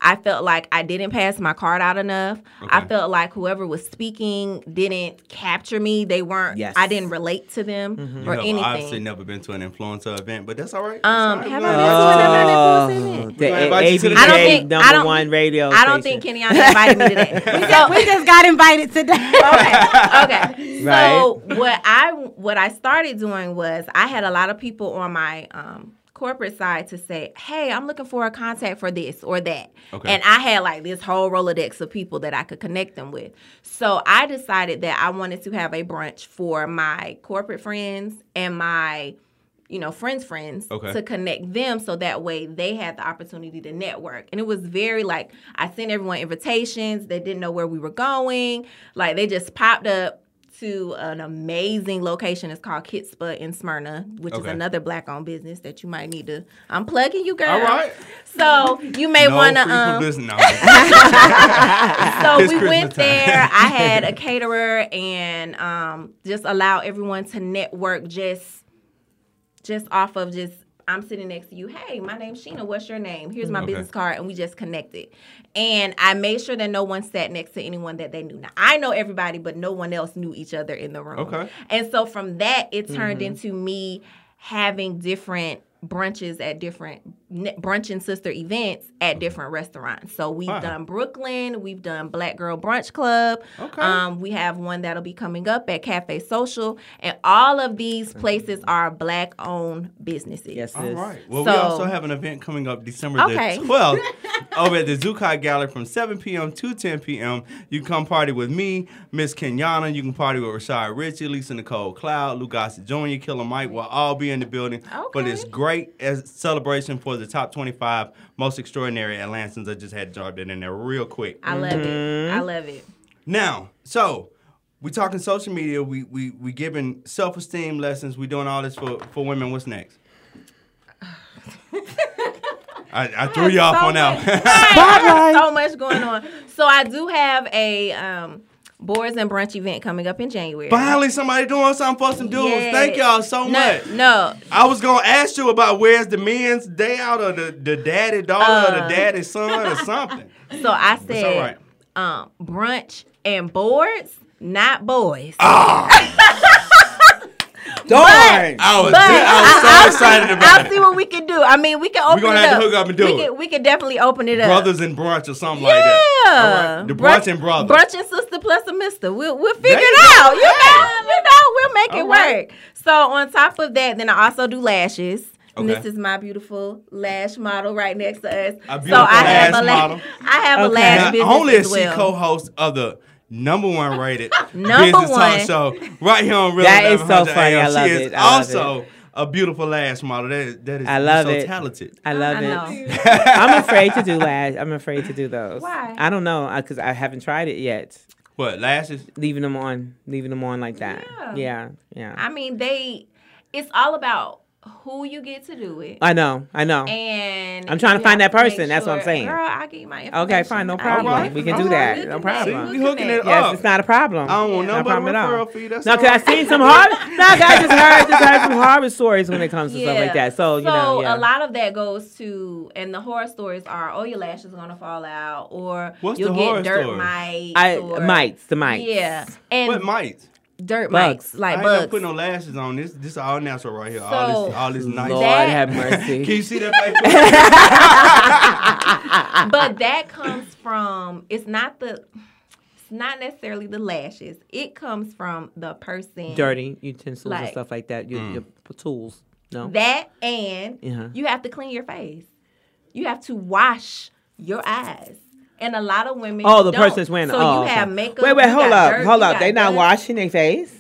Speaker 5: I felt like I didn't pass my card out enough.
Speaker 2: Okay.
Speaker 5: I felt like whoever was speaking didn't capture me. They weren't.
Speaker 4: Yes.
Speaker 5: I didn't relate to them
Speaker 2: Mm-hmm. You
Speaker 5: or
Speaker 2: have obviously
Speaker 5: anything.
Speaker 2: never been to an influencer event, but that's all right.
Speaker 5: Um,
Speaker 2: That's all
Speaker 5: have
Speaker 2: right.
Speaker 5: I been to an
Speaker 4: Oh,
Speaker 5: event?
Speaker 4: the
Speaker 2: Right, but you
Speaker 4: ABJ
Speaker 2: said it.
Speaker 5: I don't think- I
Speaker 4: number
Speaker 5: don't-
Speaker 4: one radio.
Speaker 5: I don't
Speaker 4: station.
Speaker 5: think Kenyatta invited me to that.
Speaker 3: We just got invited today.
Speaker 5: okay. Okay. So what I what I started doing was I had a lot of people on my um, corporate side to say, "Hey, I'm looking for a contact for this or that,"
Speaker 2: Okay.
Speaker 5: and I had like this whole rolodex of people that I could connect them with. So I decided that I wanted to have a brunch for my corporate friends and my you know friends friends
Speaker 2: Okay.
Speaker 5: to connect them so that way they had the opportunity to network and it was very like i sent everyone invitations they didn't know where we were going like they just popped up to an amazing location it's called kitspa in smyrna which
Speaker 2: Okay.
Speaker 5: is another black owned business that you might need to i'm plugging you girl
Speaker 2: All right.
Speaker 5: so you may
Speaker 2: no
Speaker 5: want to
Speaker 2: free
Speaker 5: um
Speaker 2: publicity. No.
Speaker 5: so
Speaker 2: It's
Speaker 5: we went
Speaker 2: Christmas time.
Speaker 5: there. I had a caterer and um, just allow everyone to network just just off of just I'm sitting next to you. Hey, my name's Sheena. What's your name? Here's my
Speaker 2: Mm, Okay.
Speaker 5: business card, and we just connected. And I made sure that no one sat next to anyone that they knew. Now I know everybody, but no one else knew each other in the room.
Speaker 2: Okay.
Speaker 5: And so from that, it
Speaker 2: Mm-hmm.
Speaker 5: turned into me having different brunches at different ne- brunch and sister events at different restaurants. So we've
Speaker 2: Mm-hmm. Wow.
Speaker 5: done Brooklyn, we've done Black Girl Brunch Club.
Speaker 2: Okay.
Speaker 5: Um, we have one that'll be coming up at Cafe Social, and all of these
Speaker 2: Mm-hmm.
Speaker 5: places are black owned businesses.
Speaker 4: Yes,
Speaker 2: All
Speaker 4: sis.
Speaker 2: right. Well, we
Speaker 5: So-
Speaker 2: also have an event coming up December
Speaker 5: Okay.
Speaker 2: the 12th over at the Zukai Gallery from 7 p.m. to 10 p.m. You can come party with me, Miss Kenyana. You can party with Rashad Ritchie, Lisa Nicole Cloud, Lou Gossett Jr., Killer Mike. We'll all be in the building for this
Speaker 5: Okay.
Speaker 2: great as celebration for the top 25 most extraordinary Atlantans. I just had to drop that in there real quick.
Speaker 5: I love it.
Speaker 2: Mm-hmm.
Speaker 5: I love it.
Speaker 2: Now, so we talking social media. We we we giving self esteem lessons. We doing all this for for women. What's next? I, I threw you off
Speaker 5: so
Speaker 2: on
Speaker 5: much-
Speaker 2: that.
Speaker 5: Right, so much going on. So I do have a um, boards and brunch event coming up in January.
Speaker 2: Finally, somebody doing something for some dudes.
Speaker 5: Yes.
Speaker 2: Thank y'all so
Speaker 5: no,
Speaker 2: much.
Speaker 5: No,
Speaker 2: I was gonna ask you about where's the men's day out or the, the daddy daughter
Speaker 5: Uh.
Speaker 2: or the daddy son or something.
Speaker 5: So I said
Speaker 2: all right.
Speaker 5: um, brunch and boards, not boys.
Speaker 4: Darn.
Speaker 2: I was,
Speaker 5: But
Speaker 2: I was so excited about
Speaker 5: I'll
Speaker 2: it.
Speaker 5: see what we can do. I mean, we can open
Speaker 2: gonna
Speaker 5: it
Speaker 2: have to
Speaker 5: up.
Speaker 2: hook up and do
Speaker 5: we
Speaker 2: it.
Speaker 5: Can, we can definitely open it up.
Speaker 2: Brothers and brunch or something
Speaker 5: yeah.
Speaker 2: like that. All right. The brunch, and brothers.
Speaker 5: Brunch and sister plus a mister. We'll, we'll figure
Speaker 2: There you
Speaker 5: it
Speaker 2: go.
Speaker 5: out. You know, you know, we'll make
Speaker 2: All
Speaker 5: it
Speaker 2: right.
Speaker 5: work. So on top of that, then I also do lashes. And
Speaker 2: Okay.
Speaker 5: this is my beautiful lash model right next to us.
Speaker 2: A
Speaker 5: so
Speaker 2: beautiful
Speaker 5: I have
Speaker 2: lash
Speaker 5: a la-
Speaker 2: model.
Speaker 5: I have a
Speaker 4: Okay.
Speaker 5: lash
Speaker 2: Now,
Speaker 5: business
Speaker 2: only
Speaker 5: as
Speaker 2: as she
Speaker 5: well.
Speaker 2: co-host of the number one rated
Speaker 5: Number
Speaker 2: business talk
Speaker 5: one.
Speaker 2: show right here on Real
Speaker 4: That is so
Speaker 2: 1100
Speaker 4: funny. I
Speaker 2: AM.
Speaker 4: love
Speaker 2: she is
Speaker 4: it. I love
Speaker 2: also a beautiful lash model. That is, that is
Speaker 4: I love
Speaker 2: you're so
Speaker 4: it.
Speaker 2: talented.
Speaker 4: I love
Speaker 5: I
Speaker 4: it.
Speaker 5: know.
Speaker 4: I'm afraid to do lash. I'm afraid to do those.
Speaker 5: Why?
Speaker 4: I don't know because I haven't tried it yet.
Speaker 2: What lashes?
Speaker 4: Leaving them on, leaving them on like that.
Speaker 5: Yeah.
Speaker 4: yeah. yeah.
Speaker 5: I mean, they. It's all about who you get to do it.
Speaker 4: I know, I know.
Speaker 5: And
Speaker 4: I'm trying to
Speaker 5: you
Speaker 4: find
Speaker 5: have
Speaker 4: that
Speaker 5: to make
Speaker 4: person, that's what I'm saying.
Speaker 5: Girl, I give you my information.
Speaker 4: Okay, fine, no
Speaker 5: I'll give
Speaker 4: problem.
Speaker 5: you
Speaker 4: We
Speaker 5: my
Speaker 4: can do
Speaker 5: information.
Speaker 4: that, no
Speaker 5: We'll
Speaker 4: problem.
Speaker 5: connect.
Speaker 2: See, we hooking it
Speaker 5: We'll
Speaker 4: Yes,
Speaker 2: up.
Speaker 4: it's not a problem.
Speaker 2: Oh. I don't want
Speaker 4: Not a
Speaker 2: no
Speaker 4: problem
Speaker 2: but
Speaker 4: at all.
Speaker 2: referral fee. That's
Speaker 4: No,
Speaker 2: all
Speaker 4: cause I
Speaker 2: right.
Speaker 4: seen some hard. No, 'cause I just heard, just heard some horror stories when it comes to stuff like that. So you know, yeah.
Speaker 5: a lot of that goes to, and the horror stories are, oh, your lashes are gonna fall out, or
Speaker 2: What's
Speaker 5: you'll
Speaker 2: the horror
Speaker 5: get dirt
Speaker 2: story?
Speaker 5: mites.
Speaker 4: I
Speaker 5: or,
Speaker 4: mites, the mites.
Speaker 5: Yeah, and
Speaker 2: What mites?
Speaker 5: dirt mites,
Speaker 4: Bugs.
Speaker 5: like
Speaker 2: I ain't
Speaker 5: bugs.
Speaker 2: never put no lashes on. This this all natural right here.
Speaker 5: So-
Speaker 2: all this all this nice.
Speaker 4: Lord
Speaker 5: That-
Speaker 4: have
Speaker 2: Can
Speaker 4: mercy.
Speaker 2: you see that?
Speaker 5: but that comes from it's not the it's not necessarily the lashes. It comes from the person
Speaker 4: Dirty utensils and
Speaker 5: Like-
Speaker 4: stuff like that.
Speaker 2: Mm.
Speaker 4: Your, your p- tools. No.
Speaker 5: That and
Speaker 4: Yeah.
Speaker 5: you have to clean your face. You have to wash your eyes. And a lot of women
Speaker 4: oh, the
Speaker 5: don't.
Speaker 4: person's wearing.
Speaker 5: So
Speaker 4: oh,
Speaker 5: you have
Speaker 4: okay.
Speaker 5: makeup.
Speaker 4: Wait, wait,
Speaker 5: you
Speaker 4: hold
Speaker 5: got
Speaker 4: up,
Speaker 5: dirt,
Speaker 4: hold
Speaker 5: you
Speaker 4: up.
Speaker 5: got
Speaker 4: They not
Speaker 5: dust.
Speaker 4: washing their face.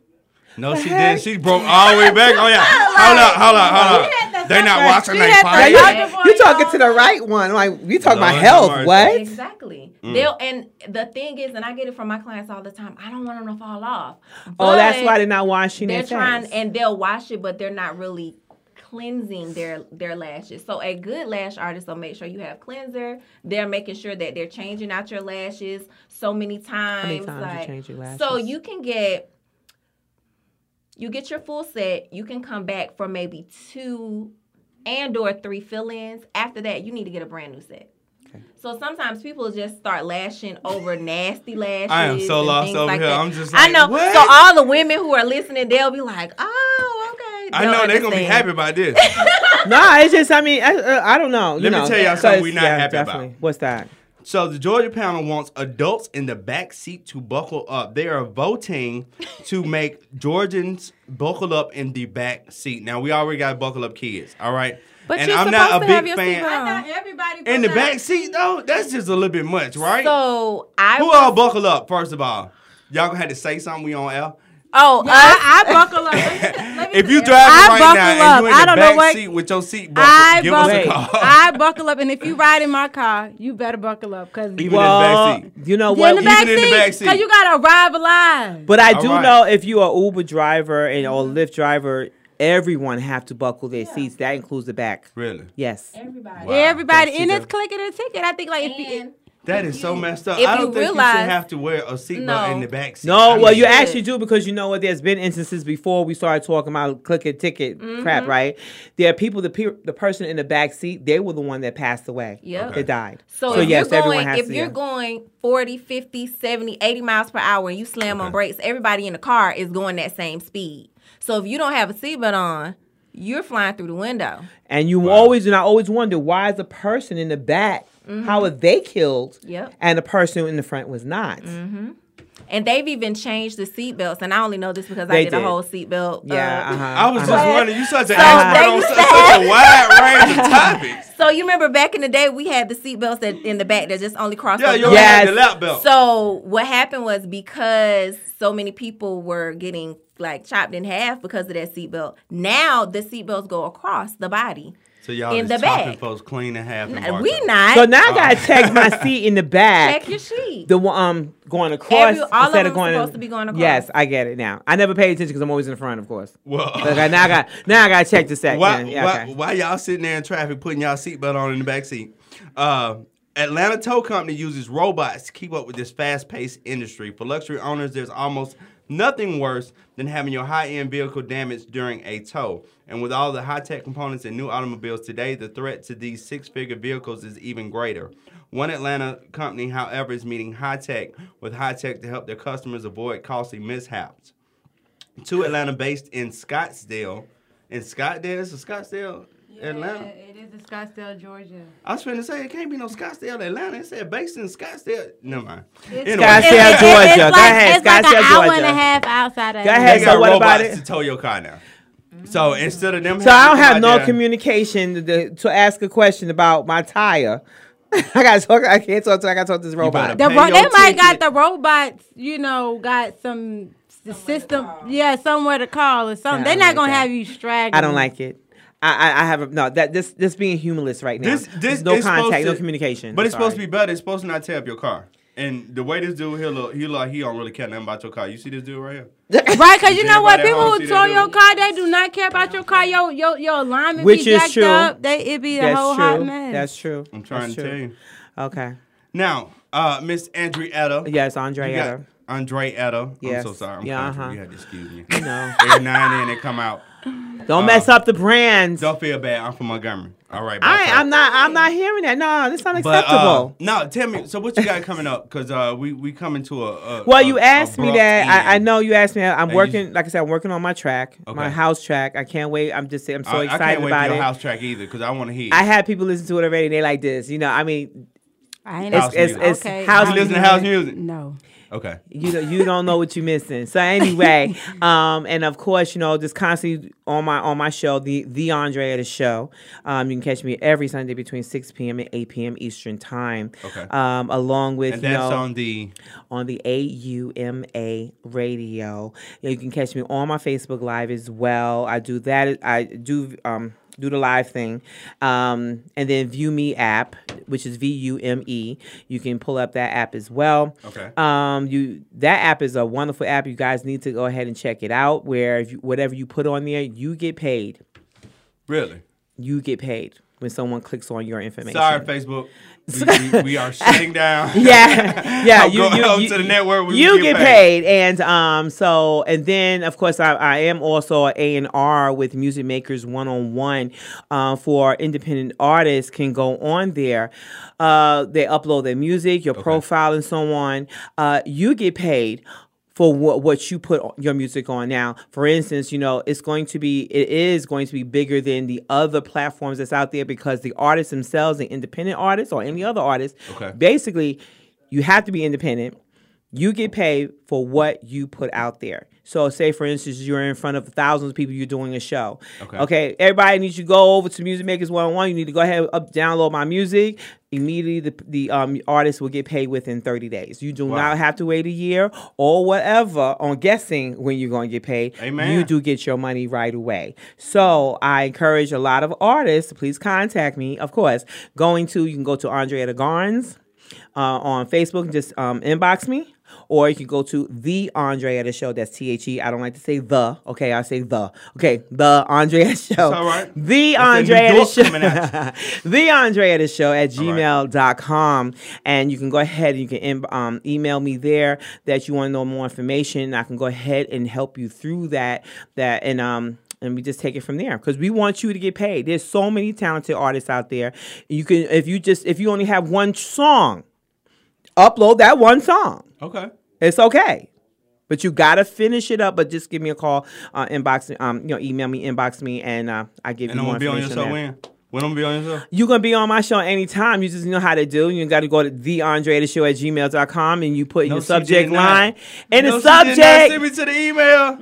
Speaker 2: no, she did. She broke all the way back. Oh yeah. Hold up, hold up, hold up. They not watching their
Speaker 4: Now,
Speaker 2: fire.
Speaker 4: you,
Speaker 5: Right.
Speaker 4: you talking to the right one? Like you talking
Speaker 2: Lord
Speaker 4: about
Speaker 2: have
Speaker 4: health?
Speaker 2: mercy.
Speaker 4: What?
Speaker 5: Exactly. They'll and the thing is, and I get it from my clients all the time. I don't want them to fall off.
Speaker 4: Oh, that's
Speaker 5: But
Speaker 4: why they're not washing
Speaker 5: they're
Speaker 4: their
Speaker 5: trying
Speaker 4: face.
Speaker 5: and they'll wash it, but they're not really cleansing their their lashes. So a good lash artist will make sure you have cleanser. They're making sure that they're changing out your lashes so many times.
Speaker 4: many times you
Speaker 5: like,
Speaker 4: change your
Speaker 5: So
Speaker 4: lashes?
Speaker 5: you can get you get your full set. You can come back for maybe two and or three fill-ins. After that, you need to get a brand new set. So sometimes people just start lashing over nasty lashes.
Speaker 2: I am so
Speaker 5: and
Speaker 2: lost
Speaker 5: things
Speaker 2: over
Speaker 5: like
Speaker 2: here.
Speaker 5: that.
Speaker 2: I'm just
Speaker 5: I
Speaker 2: like,
Speaker 5: know.
Speaker 2: what?
Speaker 5: So all the women who are listening, they'll be like, "Oh, okay."
Speaker 2: I
Speaker 5: They'll
Speaker 2: know they're gonna be
Speaker 5: understand.
Speaker 2: happy about this.
Speaker 4: No, it's just I mean I, uh, I don't know. you
Speaker 2: Let me
Speaker 4: know.
Speaker 2: tell y'all
Speaker 4: So
Speaker 2: something we
Speaker 4: it's-
Speaker 2: not happy about.
Speaker 4: What's that?
Speaker 2: So the Georgia panel wants adults in the back seat to buckle up. They are voting to make Georgians buckle up in the back seat. Now we already got buckle up kids, all right?
Speaker 5: But
Speaker 2: and
Speaker 5: you're
Speaker 2: I'm not a
Speaker 5: supposed to have
Speaker 2: big
Speaker 5: your
Speaker 2: fan.
Speaker 5: seatbelt
Speaker 3: Not everybody.
Speaker 2: In the
Speaker 3: put
Speaker 2: back
Speaker 3: that-
Speaker 2: seat though, that's just a little bit much, right?
Speaker 5: So I
Speaker 2: Who all buckle up, first of all? Y'all gonna have to say something, we on air.
Speaker 5: oh us.
Speaker 3: I, I buckle up. Let me- let me
Speaker 2: If you
Speaker 3: tell
Speaker 2: driving right
Speaker 3: buckle
Speaker 2: now
Speaker 3: up.
Speaker 2: and you in
Speaker 3: I
Speaker 2: the
Speaker 3: don't know
Speaker 2: back
Speaker 3: what-
Speaker 2: seat with your seat buckle,
Speaker 3: I
Speaker 2: give
Speaker 3: buckle,
Speaker 2: us a call.
Speaker 3: I buckle up, and if you ride in my car, you better buckle up, cause
Speaker 2: Even
Speaker 4: Well,
Speaker 2: in the back seat.
Speaker 4: you know
Speaker 3: You're
Speaker 4: what?
Speaker 3: in the
Speaker 2: even
Speaker 3: back
Speaker 2: in the
Speaker 3: seat,
Speaker 2: back seat.
Speaker 3: cause you gotta arrive alive.
Speaker 4: But I
Speaker 2: All
Speaker 4: do
Speaker 2: right.
Speaker 4: know if you are Uber driver and or Lyft driver, everyone have to buckle their seats. That includes the back.
Speaker 2: Really?
Speaker 4: Yes.
Speaker 5: Everybody.
Speaker 2: Wow.
Speaker 3: Everybody,
Speaker 4: Yes, you
Speaker 3: and
Speaker 4: do.
Speaker 3: it's clicking a ticket. I think like if you,
Speaker 5: And
Speaker 2: That is so messed up.
Speaker 5: If
Speaker 2: I don't
Speaker 5: you
Speaker 2: think you should
Speaker 5: realize-
Speaker 2: have to wear a seatbelt
Speaker 5: No.
Speaker 2: in the back seat.
Speaker 4: No,
Speaker 2: I
Speaker 4: well,
Speaker 2: mean,
Speaker 4: you actually do because you know what? There's been instances before we started talking about click a ticket
Speaker 5: Mm-hmm.
Speaker 4: crap, right? There are people, the pe- the person in the back seat, they were the one that passed away.
Speaker 5: Yep.
Speaker 4: They died.
Speaker 5: So, if you're going, if you're going 40, 50, 70, 80 miles per hour and you slam on brakes, everybody in the car is going that same speed. So if you don't have a seatbelt on, you're flying through the window.
Speaker 4: And you always, and I always wonder why is the person in the back, how are they killed?
Speaker 5: Mm-hmm. Yep. Mm-hmm.
Speaker 4: And the person in the front was not.
Speaker 5: And they've even changed the seatbelts. And I only know this because I
Speaker 4: They
Speaker 5: did, a
Speaker 4: did.
Speaker 5: whole seatbelt.
Speaker 4: Yeah.
Speaker 5: uh,
Speaker 4: Uh-huh.
Speaker 2: I was just
Speaker 5: Uh-huh.
Speaker 2: wondering. You such an
Speaker 5: So,
Speaker 2: expert
Speaker 5: they
Speaker 2: on
Speaker 5: used
Speaker 2: such,
Speaker 5: to
Speaker 2: such a wide range of topics.
Speaker 5: So you remember back in the day, we had the seatbelts that in the back that just only crossed
Speaker 2: Yeah,
Speaker 5: over.
Speaker 2: you
Speaker 5: the-
Speaker 4: Yes.
Speaker 2: had the lap belt.
Speaker 5: So what happened was because so many people were getting like chopped in half because of that seatbelt. Now the seatbelts go across the body.
Speaker 2: So y'all
Speaker 5: in
Speaker 2: just
Speaker 5: the
Speaker 2: chopping
Speaker 5: back.
Speaker 2: folks clean and half.
Speaker 5: And
Speaker 2: And
Speaker 5: we
Speaker 2: not.
Speaker 5: not.
Speaker 4: So now I gotta check my seat in the back.
Speaker 5: check your sheet.
Speaker 4: The one um going across
Speaker 5: Every- all of
Speaker 4: instead
Speaker 5: them
Speaker 4: going
Speaker 5: supposed to be going across.
Speaker 4: Yes, I get it now. I never paid attention because I'm always in the front, of course.
Speaker 2: Well,
Speaker 4: Okay, now I got now I gotta check the set.
Speaker 2: why,
Speaker 4: yeah, yeah,
Speaker 2: why,
Speaker 4: okay.
Speaker 2: why y'all sitting there in traffic putting y'all seatbelt on in the back seat? Uh, Atlanta Tow Company uses robots to keep up with this fast-paced industry. For luxury owners, there's almost nothing worse than having your high-end vehicle damaged during a tow. And with all the high-tech components in new automobiles today, the threat to these six-figure vehicles is even greater. One Atlanta company, however, is meeting high tech with high tech to help their customers avoid costly mishaps two Atlanta based in Scottsdale. In Scottsdale, it's a Scottsdale, Atlanta.
Speaker 3: It is in Scottsdale, Georgia.
Speaker 2: I was finna say it can't be no Scottsdale, Atlanta. It said based in Scottsdale. Never mind. they
Speaker 4: Scottsdale, Georgia.
Speaker 3: it's
Speaker 4: Go
Speaker 3: like,
Speaker 4: ahead,
Speaker 3: it's like an
Speaker 4: Scottsdale,
Speaker 3: hour and
Speaker 4: Georgia.
Speaker 3: a half outside of
Speaker 4: Go ahead.
Speaker 2: got
Speaker 4: so what about
Speaker 2: robots
Speaker 4: it?
Speaker 2: to tow your car now. So instead of them,
Speaker 4: So I don't have no
Speaker 2: community.
Speaker 4: communication to, to, to ask a question about my tire. I gotta talk. I can't talk. To, I gotta talk to this robot.
Speaker 2: better
Speaker 3: The
Speaker 2: Pay
Speaker 3: ro-
Speaker 2: your
Speaker 3: they might
Speaker 2: ticket.
Speaker 3: got the robots, you know, got some the system, yeah, somewhere to call or something.
Speaker 4: Yeah, I
Speaker 3: They're not
Speaker 4: like
Speaker 3: gonna
Speaker 4: that.
Speaker 3: have you straggling.
Speaker 4: I don't like it. I, I, I have a, no that this this being humorless right now.
Speaker 2: This, this
Speaker 4: no
Speaker 2: is supposed
Speaker 4: contact, no
Speaker 2: to-
Speaker 4: communication.
Speaker 2: But
Speaker 4: I'm
Speaker 2: it's supposed to
Speaker 4: sorry.
Speaker 2: be better. It's supposed to not tear up your car. And the way this dude he look, he look, he don't really care nothing about your car. You see this dude right here?
Speaker 3: Right, cause you know what?
Speaker 2: Everybody at
Speaker 3: People
Speaker 2: home
Speaker 3: who
Speaker 2: see they
Speaker 3: tow
Speaker 2: do.
Speaker 3: your car, they do not care about your car. Your your your alignment
Speaker 4: Which
Speaker 3: be
Speaker 4: is
Speaker 3: jacked
Speaker 4: true.
Speaker 3: up. They it be a
Speaker 4: That's
Speaker 3: whole hot
Speaker 4: true.
Speaker 3: mess.
Speaker 4: That's true.
Speaker 2: I'm trying
Speaker 4: That's
Speaker 2: to
Speaker 4: true.
Speaker 2: tell you.
Speaker 4: Okay.
Speaker 2: Now, uh, Miss Andrietta.
Speaker 4: Yes,
Speaker 2: You got
Speaker 4: Andrea.
Speaker 2: Andre Etta.
Speaker 4: Yes.
Speaker 2: I'm so sorry. I'm
Speaker 4: Yeah,
Speaker 2: country.
Speaker 4: uh-huh.
Speaker 2: You had to excuse me.
Speaker 4: No.
Speaker 2: Every now and then they come out.
Speaker 4: Don't mess up the brands.
Speaker 2: Uh, Don't feel bad. I'm from Montgomery. All right. bye,
Speaker 4: I,
Speaker 2: bye.
Speaker 4: I'm not. I'm not hearing that. No, that's not
Speaker 2: But,
Speaker 4: acceptable.
Speaker 2: Uh, no, tell me. So what you got coming up? Because uh, we we coming to a. a
Speaker 4: Well,
Speaker 2: a-
Speaker 4: you
Speaker 2: a
Speaker 4: asked me
Speaker 2: abrupt
Speaker 4: that. I, I
Speaker 2: end.
Speaker 4: know you asked me. that. I'm
Speaker 2: you-
Speaker 4: working, like I said, I'm working on my track, my
Speaker 2: Okay.
Speaker 4: house track. I can't wait. I'm just, I'm so
Speaker 2: I, I
Speaker 4: excited
Speaker 2: can't wait for
Speaker 4: about
Speaker 2: your
Speaker 4: it.
Speaker 2: house track either because I want to hear.
Speaker 4: I had people listen to it already. They like this, you know. I mean,
Speaker 3: I ain't
Speaker 4: it's
Speaker 2: House
Speaker 4: it's,
Speaker 2: music.
Speaker 4: it's
Speaker 3: Okay.
Speaker 4: house.
Speaker 2: you
Speaker 3: You
Speaker 2: listen to
Speaker 4: music.
Speaker 2: house music.
Speaker 3: no.
Speaker 4: Mm-hmm.
Speaker 2: Okay.
Speaker 4: You know, you don't know what you're missing. So anyway, um, and of course, you know, just constantly on my on my show, the the Andrea the show. Um, you can catch me every Sunday between 6 p.m. and 8 p.m. Eastern time.
Speaker 2: Okay.
Speaker 4: Um, along with
Speaker 2: And
Speaker 4: you
Speaker 2: that's
Speaker 4: know,
Speaker 2: on the.
Speaker 4: on the AUMA radio. You can catch me on my Facebook Live as well. I do that. I do um do the live thing, um, and then View Me app, which is V U M E. You can pull up that app as well.
Speaker 2: Okay.
Speaker 4: Um, you that app is a wonderful app. You guys need to go ahead and check it out. Where if you, whatever you put on there, you get paid.
Speaker 2: Really.
Speaker 4: You get paid when someone clicks on your information.
Speaker 2: Sorry, Facebook. We, we, we are shutting down.
Speaker 4: yeah, yeah.
Speaker 2: I'll go out to the network where we
Speaker 4: you
Speaker 2: get
Speaker 4: get
Speaker 2: paid.
Speaker 4: paid. and um, so and then of course I, I am also A and R with Music Makers One on One, uh, for independent artists can go on there. Uh, they upload their music, your profile, and so on. Uh, you get paid. For what, what you put on- your music on now, for instance, you know it's going to be it is going to be bigger than the other platforms that's out there because the artists themselves, the independent artists or any other artists,
Speaker 2: Okay.
Speaker 4: basically you have to be independent you get paid for what you put out there so say for instance you're in front of thousands of people you're doing a show
Speaker 2: Okay.
Speaker 4: everybody needs to go over to music makers 101 you need to go ahead up download my music immediately the, the um, artist will get paid within 30 days you do not have to wait a year or whatever on guessing when you're going to get paid
Speaker 2: Amen.
Speaker 4: you do get your money right away so i encourage a lot of artists please contact me of course going to you can go to andrea the garns uh, on Facebook. Just um, inbox me. Or you can go to the Andre at a show. That's T H E. I don't like to say the. Okay, I say the. Okay, the Andre at a show.
Speaker 2: all right.
Speaker 4: The
Speaker 2: That's that
Speaker 4: Andre
Speaker 2: New
Speaker 4: at a
Speaker 2: York
Speaker 4: show.
Speaker 2: coming at
Speaker 4: the Andre at a show at gmail.com. And you can go ahead and you can in, um, email me there that you want to know more information. I can go ahead and help you through that. That and um and we just take it from there because we want you to get paid. There's so many talented artists out there. You can if you just if you only have one song, upload that one song.
Speaker 2: Okay.
Speaker 4: It's okay. But you gotta finish it up. But just give me a call, uh, inbox, um, you know, email me, inbox me, and uh, I give
Speaker 2: And
Speaker 4: you
Speaker 2: I'm
Speaker 4: more
Speaker 2: gonna be on your
Speaker 4: information
Speaker 2: show
Speaker 4: there.
Speaker 2: when? When I'm gonna be on your show?
Speaker 4: You're gonna be on my show anytime. You just know how to do. You gotta go to the Andre the show at gmail.com and you put in
Speaker 2: No,
Speaker 4: your
Speaker 2: she
Speaker 4: subject
Speaker 2: did not.
Speaker 4: line. And
Speaker 2: No,
Speaker 4: the
Speaker 2: she did not
Speaker 4: subject
Speaker 2: Send me to the email.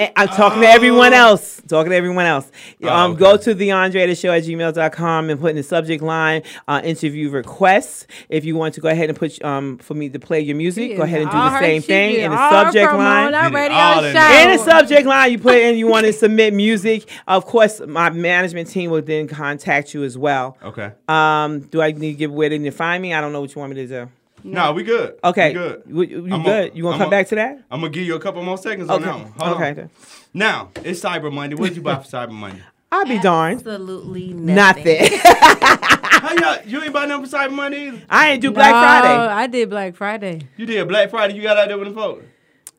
Speaker 4: and I'm talking to everyone else. Talking to everyone else. um,
Speaker 2: Oh. okay.
Speaker 4: Go to the Andre the show at gmail.com and put in the subject line uh, interview requests. If you want to go ahead and put um, for me to play your music, go ahead and do
Speaker 3: All
Speaker 4: the
Speaker 3: her-
Speaker 4: same
Speaker 3: she
Speaker 4: thing
Speaker 3: did
Speaker 4: in the
Speaker 3: all her
Speaker 4: subject
Speaker 3: promo
Speaker 4: line.
Speaker 3: on our
Speaker 2: Did it
Speaker 3: radio
Speaker 2: all in
Speaker 3: show.
Speaker 2: there.
Speaker 4: In the subject line, you put in you want to submit music. Of course, my management team will then contact you as well.
Speaker 2: Okay.
Speaker 4: Um, do I need to give where they need to find me? I don't know what you want me to do.
Speaker 2: No, we good.
Speaker 4: Okay,
Speaker 2: We good.
Speaker 4: You, you
Speaker 2: I'm
Speaker 4: good?
Speaker 2: a-
Speaker 4: you want
Speaker 2: I'm
Speaker 4: to come
Speaker 2: a-
Speaker 4: back to that?
Speaker 2: I'm gonna give you a couple more seconds on
Speaker 4: Okay.
Speaker 2: that one. Hold
Speaker 4: okay.
Speaker 2: on.
Speaker 4: then.
Speaker 2: Now it's Cyber Monday. What did you buy for Cyber Monday?
Speaker 4: I'll be darned.
Speaker 5: Absolutely nothing.
Speaker 4: Nothing.
Speaker 2: How y'all? You ain't buy nothing for Cyber Monday either.
Speaker 4: I ain't do Black
Speaker 3: No,
Speaker 4: Friday.
Speaker 3: I did Black Friday.
Speaker 2: You did Black Friday. You got out there with the folks.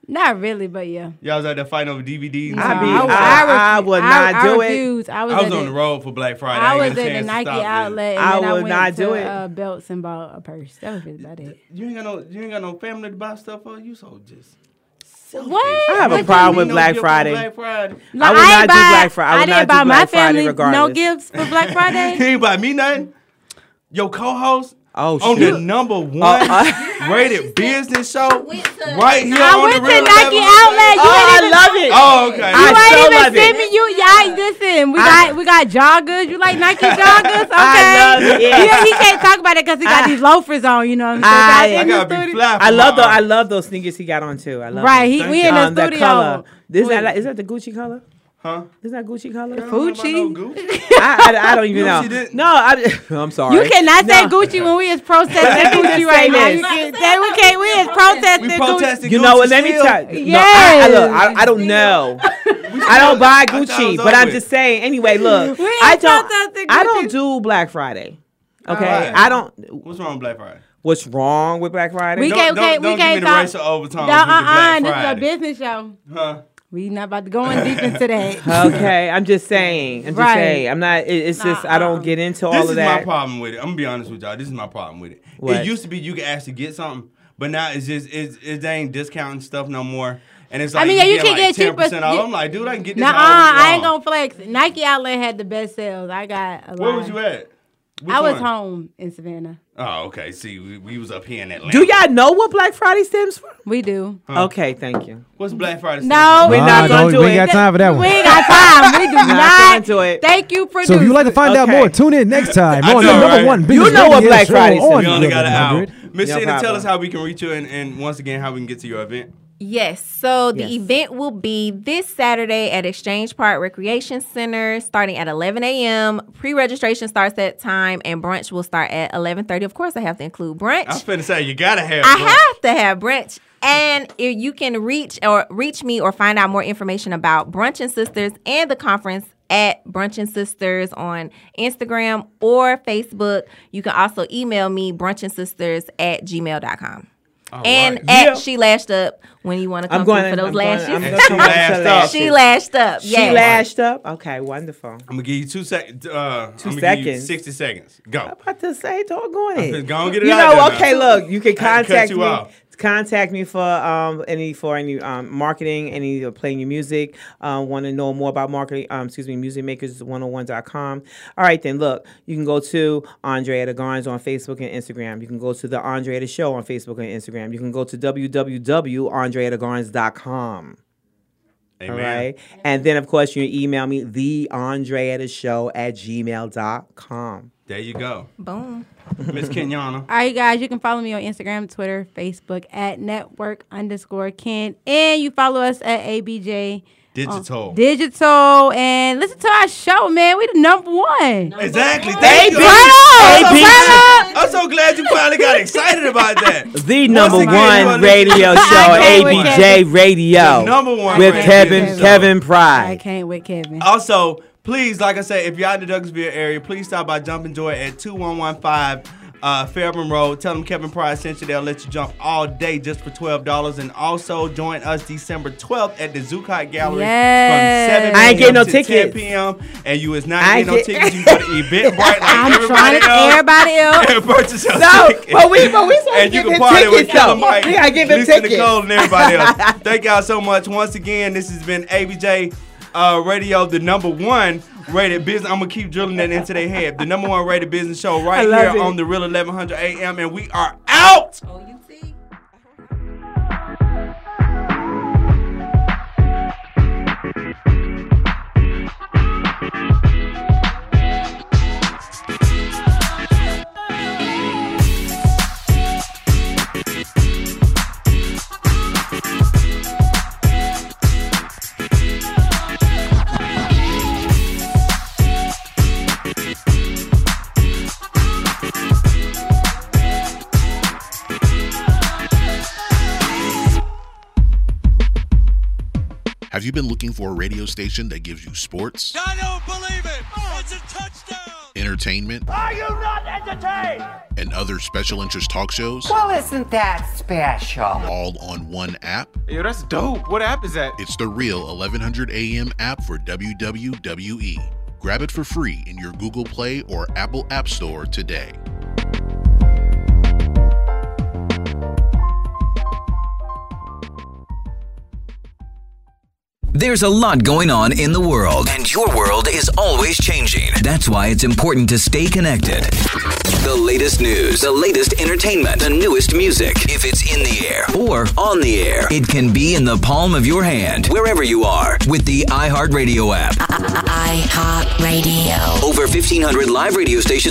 Speaker 3: Not really, but yeah.
Speaker 2: Y'all was out there fighting over DVDs.
Speaker 4: I
Speaker 3: No,
Speaker 4: be- I-
Speaker 3: I, I,
Speaker 4: I
Speaker 3: refu-
Speaker 4: would
Speaker 3: I-
Speaker 4: not
Speaker 3: I
Speaker 4: do it.
Speaker 3: refused. I was,
Speaker 2: I was
Speaker 3: at
Speaker 2: on the road for Black Friday.
Speaker 3: I
Speaker 2: ain't
Speaker 3: was
Speaker 2: got a
Speaker 3: at the
Speaker 2: chance to
Speaker 3: Nike
Speaker 2: stop, man.
Speaker 3: outlet. And
Speaker 4: I
Speaker 3: then I
Speaker 4: would
Speaker 3: went
Speaker 4: not
Speaker 3: to,
Speaker 4: do it.
Speaker 3: Uh, belts and bought a purse. That was really about it.
Speaker 2: You ain't got no. You ain't got no family to buy stuff for. You so just.
Speaker 3: What?
Speaker 4: I have
Speaker 3: What
Speaker 4: a
Speaker 3: you
Speaker 4: problem
Speaker 3: mean?
Speaker 4: with
Speaker 2: No
Speaker 4: Black
Speaker 2: gift for
Speaker 4: Friday.
Speaker 2: Black Friday.
Speaker 3: No,
Speaker 4: I would
Speaker 3: ain't
Speaker 4: not do
Speaker 3: buy-
Speaker 4: Black Fri- I would
Speaker 3: didn't
Speaker 4: not do
Speaker 3: buy my
Speaker 4: Black Friday
Speaker 3: family no
Speaker 4: regardless.
Speaker 3: gifts for Black
Speaker 2: He
Speaker 3: Friday.
Speaker 2: ain't buy me nothing. Your co-host.
Speaker 4: Oh,
Speaker 2: on
Speaker 4: shit.
Speaker 2: the number one
Speaker 4: uh.
Speaker 2: rated business show,
Speaker 5: Went to-
Speaker 2: right here
Speaker 3: I
Speaker 2: on
Speaker 3: went to
Speaker 2: the real
Speaker 3: Nike
Speaker 2: Level.
Speaker 4: Oh, I
Speaker 3: Outlet. You ain't even-
Speaker 4: love it.
Speaker 2: Oh, okay.
Speaker 3: You
Speaker 4: I
Speaker 3: ain't
Speaker 4: so
Speaker 3: even
Speaker 4: love
Speaker 3: send
Speaker 4: it.
Speaker 3: me you. Y'all listen. We got we got joggers. You like Nike joggers? Okay.
Speaker 4: I love it.
Speaker 3: Yeah, he can't talk about it because he got these loafers on. You know what
Speaker 4: I-
Speaker 3: I'm saying?
Speaker 2: I
Speaker 3: in the
Speaker 2: gotta be
Speaker 3: studio.
Speaker 2: fly. for
Speaker 4: I love
Speaker 2: my-
Speaker 4: the I love those sneakers he got on too. I love
Speaker 3: Right, he,
Speaker 2: Thank
Speaker 3: we
Speaker 2: you.
Speaker 3: in
Speaker 4: them.
Speaker 3: the
Speaker 4: Um, that color.
Speaker 3: studio.
Speaker 4: Is that like- is that the Gucci color?
Speaker 2: Huh?
Speaker 4: Is that Gucci color?
Speaker 3: Gucci.
Speaker 4: I, I, I don't even
Speaker 2: No,
Speaker 4: know.
Speaker 2: she didn't.
Speaker 4: No, I, I'm sorry.
Speaker 3: You cannot say
Speaker 4: No.
Speaker 3: Gucci when we is protesting Gucci right now. You can't say we can't. We is protesting
Speaker 2: We
Speaker 3: Gucci.
Speaker 2: protesting.
Speaker 4: You know what?
Speaker 2: Gucci
Speaker 4: Let me
Speaker 2: still.
Speaker 4: tell you.
Speaker 3: Yes.
Speaker 4: No, I, I, look, I, I don't know. I don't
Speaker 2: I
Speaker 4: buy
Speaker 2: thought it
Speaker 4: Gucci,
Speaker 2: was
Speaker 4: but I'm
Speaker 2: over.
Speaker 4: just saying. Anyway, look,
Speaker 3: We
Speaker 4: I
Speaker 3: ain't
Speaker 4: don't.
Speaker 3: felt nothing,
Speaker 4: I
Speaker 3: Gucci.
Speaker 4: don't do Black Friday. Okay,
Speaker 2: Alright.
Speaker 4: I don't.
Speaker 2: What's wrong with Black Friday?
Speaker 4: What's wrong with Black Friday?
Speaker 3: We
Speaker 2: Don't,
Speaker 3: can't-
Speaker 2: don't,
Speaker 3: can't- we
Speaker 2: don't give me
Speaker 3: can't
Speaker 2: the
Speaker 3: talk-
Speaker 2: racial overtones
Speaker 3: No,
Speaker 2: with the
Speaker 3: uh-uh.
Speaker 2: Black
Speaker 3: This is a
Speaker 2: Friday.
Speaker 3: business show.
Speaker 2: Huh?
Speaker 3: We not about to go in deep into that.
Speaker 4: okay, I'm just saying. I'm just
Speaker 3: Right.
Speaker 4: saying. I'm not. It, it's just I don't get into all
Speaker 2: This
Speaker 4: of
Speaker 2: is
Speaker 4: that.
Speaker 2: my problem with it. I'm gonna be honest with y'all. This is my problem with it.
Speaker 4: What?
Speaker 2: It used to be you could actually get something, but now it's just it's, it ain't discounting stuff no more. And it's like
Speaker 3: mean, yeah, you
Speaker 2: getting
Speaker 3: can
Speaker 2: like
Speaker 3: get cheaper-
Speaker 2: 10% off.
Speaker 3: you-
Speaker 2: I'm like, dude, I can get this.
Speaker 3: Nah, uh,
Speaker 2: all week
Speaker 3: I ain't
Speaker 2: long.
Speaker 3: gonna flex. Nike Outlet had the best sales. I got a lot.
Speaker 2: Where was you at? Which
Speaker 3: I was
Speaker 2: one?
Speaker 3: home in Savannah.
Speaker 2: Oh, okay. See, we, we was up here in Atlanta.
Speaker 4: Do y'all know what Black Friday stems from?
Speaker 3: We do.
Speaker 4: Okay, thank you.
Speaker 2: What's Black Friday?
Speaker 3: No,
Speaker 4: We're not
Speaker 1: Ah,
Speaker 4: gonna
Speaker 1: no,
Speaker 4: do
Speaker 1: we
Speaker 4: it.
Speaker 1: ain't got time for that
Speaker 3: we
Speaker 1: one.
Speaker 3: ain't got time. We do not.
Speaker 4: gonna do it.
Speaker 3: Thank you, producer.
Speaker 1: So if you'd like to find out
Speaker 4: Okay.
Speaker 1: more, tune in next time
Speaker 2: I
Speaker 1: on
Speaker 2: know,
Speaker 1: the number
Speaker 2: right?
Speaker 1: one
Speaker 4: You
Speaker 1: biggest
Speaker 4: know
Speaker 1: radio
Speaker 4: what Black
Speaker 1: show
Speaker 4: Friday is.
Speaker 1: on
Speaker 2: We only
Speaker 1: Real
Speaker 2: got an hour.
Speaker 1: 100.
Speaker 2: Miss
Speaker 4: No
Speaker 2: Shana, tell
Speaker 4: problem.
Speaker 2: us how we can reach you and, and once again how we can get to your event.
Speaker 5: Yes. So the
Speaker 4: Yes.
Speaker 5: event will be this Saturday at Exchange Park Recreation Center, starting at 11 a.m. Pre-registration starts at time, and brunch will start at 11:30. Of course, I have to include brunch.
Speaker 2: I'm finna say you gotta have.
Speaker 5: I
Speaker 2: one.
Speaker 5: have to have brunch. And if you can reach or reach me or find out more information about Brunch and Sisters and the conference at Brunch and Sisters on Instagram or Facebook. You can also email me brunch and sisters at gmail.com. and
Speaker 2: right.
Speaker 5: at
Speaker 4: Yeah.
Speaker 5: she lashed up when you want to come
Speaker 4: I'm
Speaker 5: through
Speaker 4: going
Speaker 5: for those
Speaker 4: I'm going-
Speaker 5: lashes.
Speaker 4: I'm going
Speaker 2: She
Speaker 4: to
Speaker 2: lashed up.
Speaker 5: she lashed up.
Speaker 4: She
Speaker 5: yes.
Speaker 4: lashed up. Okay, wonderful.
Speaker 2: I'm gonna give you two seconds. Uh,
Speaker 4: Two
Speaker 2: I'm gonna Give you
Speaker 4: seconons.
Speaker 2: Sixty seconds. Go.
Speaker 4: about to say, doggone
Speaker 2: I'm
Speaker 4: it.
Speaker 2: just gonna get it
Speaker 4: you
Speaker 2: out
Speaker 4: know,
Speaker 2: there now.
Speaker 4: okay, look, you
Speaker 2: had
Speaker 4: can
Speaker 2: to cut
Speaker 4: contact
Speaker 2: you
Speaker 4: me.
Speaker 2: off.
Speaker 4: Contact me for um any for any um marketing, any of playing your music. Uh, want to know more about marketing? Um, excuse me, musicmakers101.com. All right, then look, you can go to Andre at the Garns on Facebook and Instagram. You can go to the Andre at the Show on Facebook and Instagram. You can go to www.andreatagarns.com. All
Speaker 2: Amen.
Speaker 4: right. And then, of course, you can email me, the Andre at the show at gmail.com.
Speaker 2: There you go,
Speaker 5: Boom.
Speaker 2: Miss Kenyana.
Speaker 3: All right, guys, you can follow me on Instagram, Twitter, Facebook at network underscore Ken. And you follow us at ABJ
Speaker 2: Digital.
Speaker 3: uh, Digital. And listen to our show, man. We the number one.
Speaker 2: exactly.
Speaker 3: Hey,
Speaker 2: Thank you.
Speaker 3: Bravo!
Speaker 2: I'm so glad you finally got excited about that.
Speaker 4: The
Speaker 2: Once
Speaker 4: number
Speaker 2: again, you
Speaker 4: one
Speaker 2: understand-
Speaker 4: radio show,
Speaker 3: can't wait,
Speaker 4: ABJ Radio.
Speaker 2: The number one
Speaker 4: with
Speaker 2: radio
Speaker 4: Kevin
Speaker 2: show.
Speaker 4: Kevin
Speaker 3: I
Speaker 4: Pride.
Speaker 3: can't with Kevin.
Speaker 2: Also, please, like I said, if you're out in the Douglasville area, please stop by Jumpin' Joy at 2115 uh, Fairburn Road. Tell them Kevin Pryor sent you. They'll let you jump all day just for $12. And also join us December 12th at the Zuccotti Gallery
Speaker 3: Yes.
Speaker 2: from 7
Speaker 4: I
Speaker 2: p.m.
Speaker 4: ain't getting no
Speaker 2: to 10
Speaker 4: tickets.
Speaker 2: p.m. And you is not
Speaker 4: I
Speaker 2: getting no
Speaker 4: get-
Speaker 2: tickets. You go to Eventbrite like
Speaker 5: I'm
Speaker 2: everybody
Speaker 5: trying to
Speaker 2: else.
Speaker 5: everybody else.
Speaker 2: and purchase a
Speaker 4: No,
Speaker 2: ticket.
Speaker 4: but we- but we supposed to
Speaker 2: and you
Speaker 4: give
Speaker 2: can
Speaker 4: them
Speaker 2: party with
Speaker 4: tickets, though.
Speaker 2: Killer Mike.
Speaker 4: We gotta give them
Speaker 2: Lisa
Speaker 4: tickets.
Speaker 2: Nicole and everybody else. Thank y'all so much once again. This has been ABJ uh, Radio, the number one rated business. I'm gonna keep drilling that into their head. The number one rated business show right
Speaker 4: love
Speaker 2: here
Speaker 4: it.
Speaker 2: on the Real 1100 AM, and we are out.
Speaker 9: Have you been looking for a radio station that gives you sports,
Speaker 10: I don't believe it! It's a touchdown!
Speaker 9: entertainment,
Speaker 10: Are you not entertained?
Speaker 9: and other special interest talk shows
Speaker 11: Well, isn't that special?
Speaker 9: all on one app?
Speaker 10: Yo, that's dope. What app is that?
Speaker 9: It's the Real 1100 AM app for WWE. Grab it for free in your Google Play or Apple App Store today.
Speaker 12: There's a lot going on in the world, and your world is always changing. That's why it's important to stay connected. The latest news, the latest entertainment, the newest music. If it's in the air or on the air, it can be in the palm of your hand, wherever you are, with the iHeartRadio app.
Speaker 11: iHeartRadio.
Speaker 12: Over 1,500 live radio stations.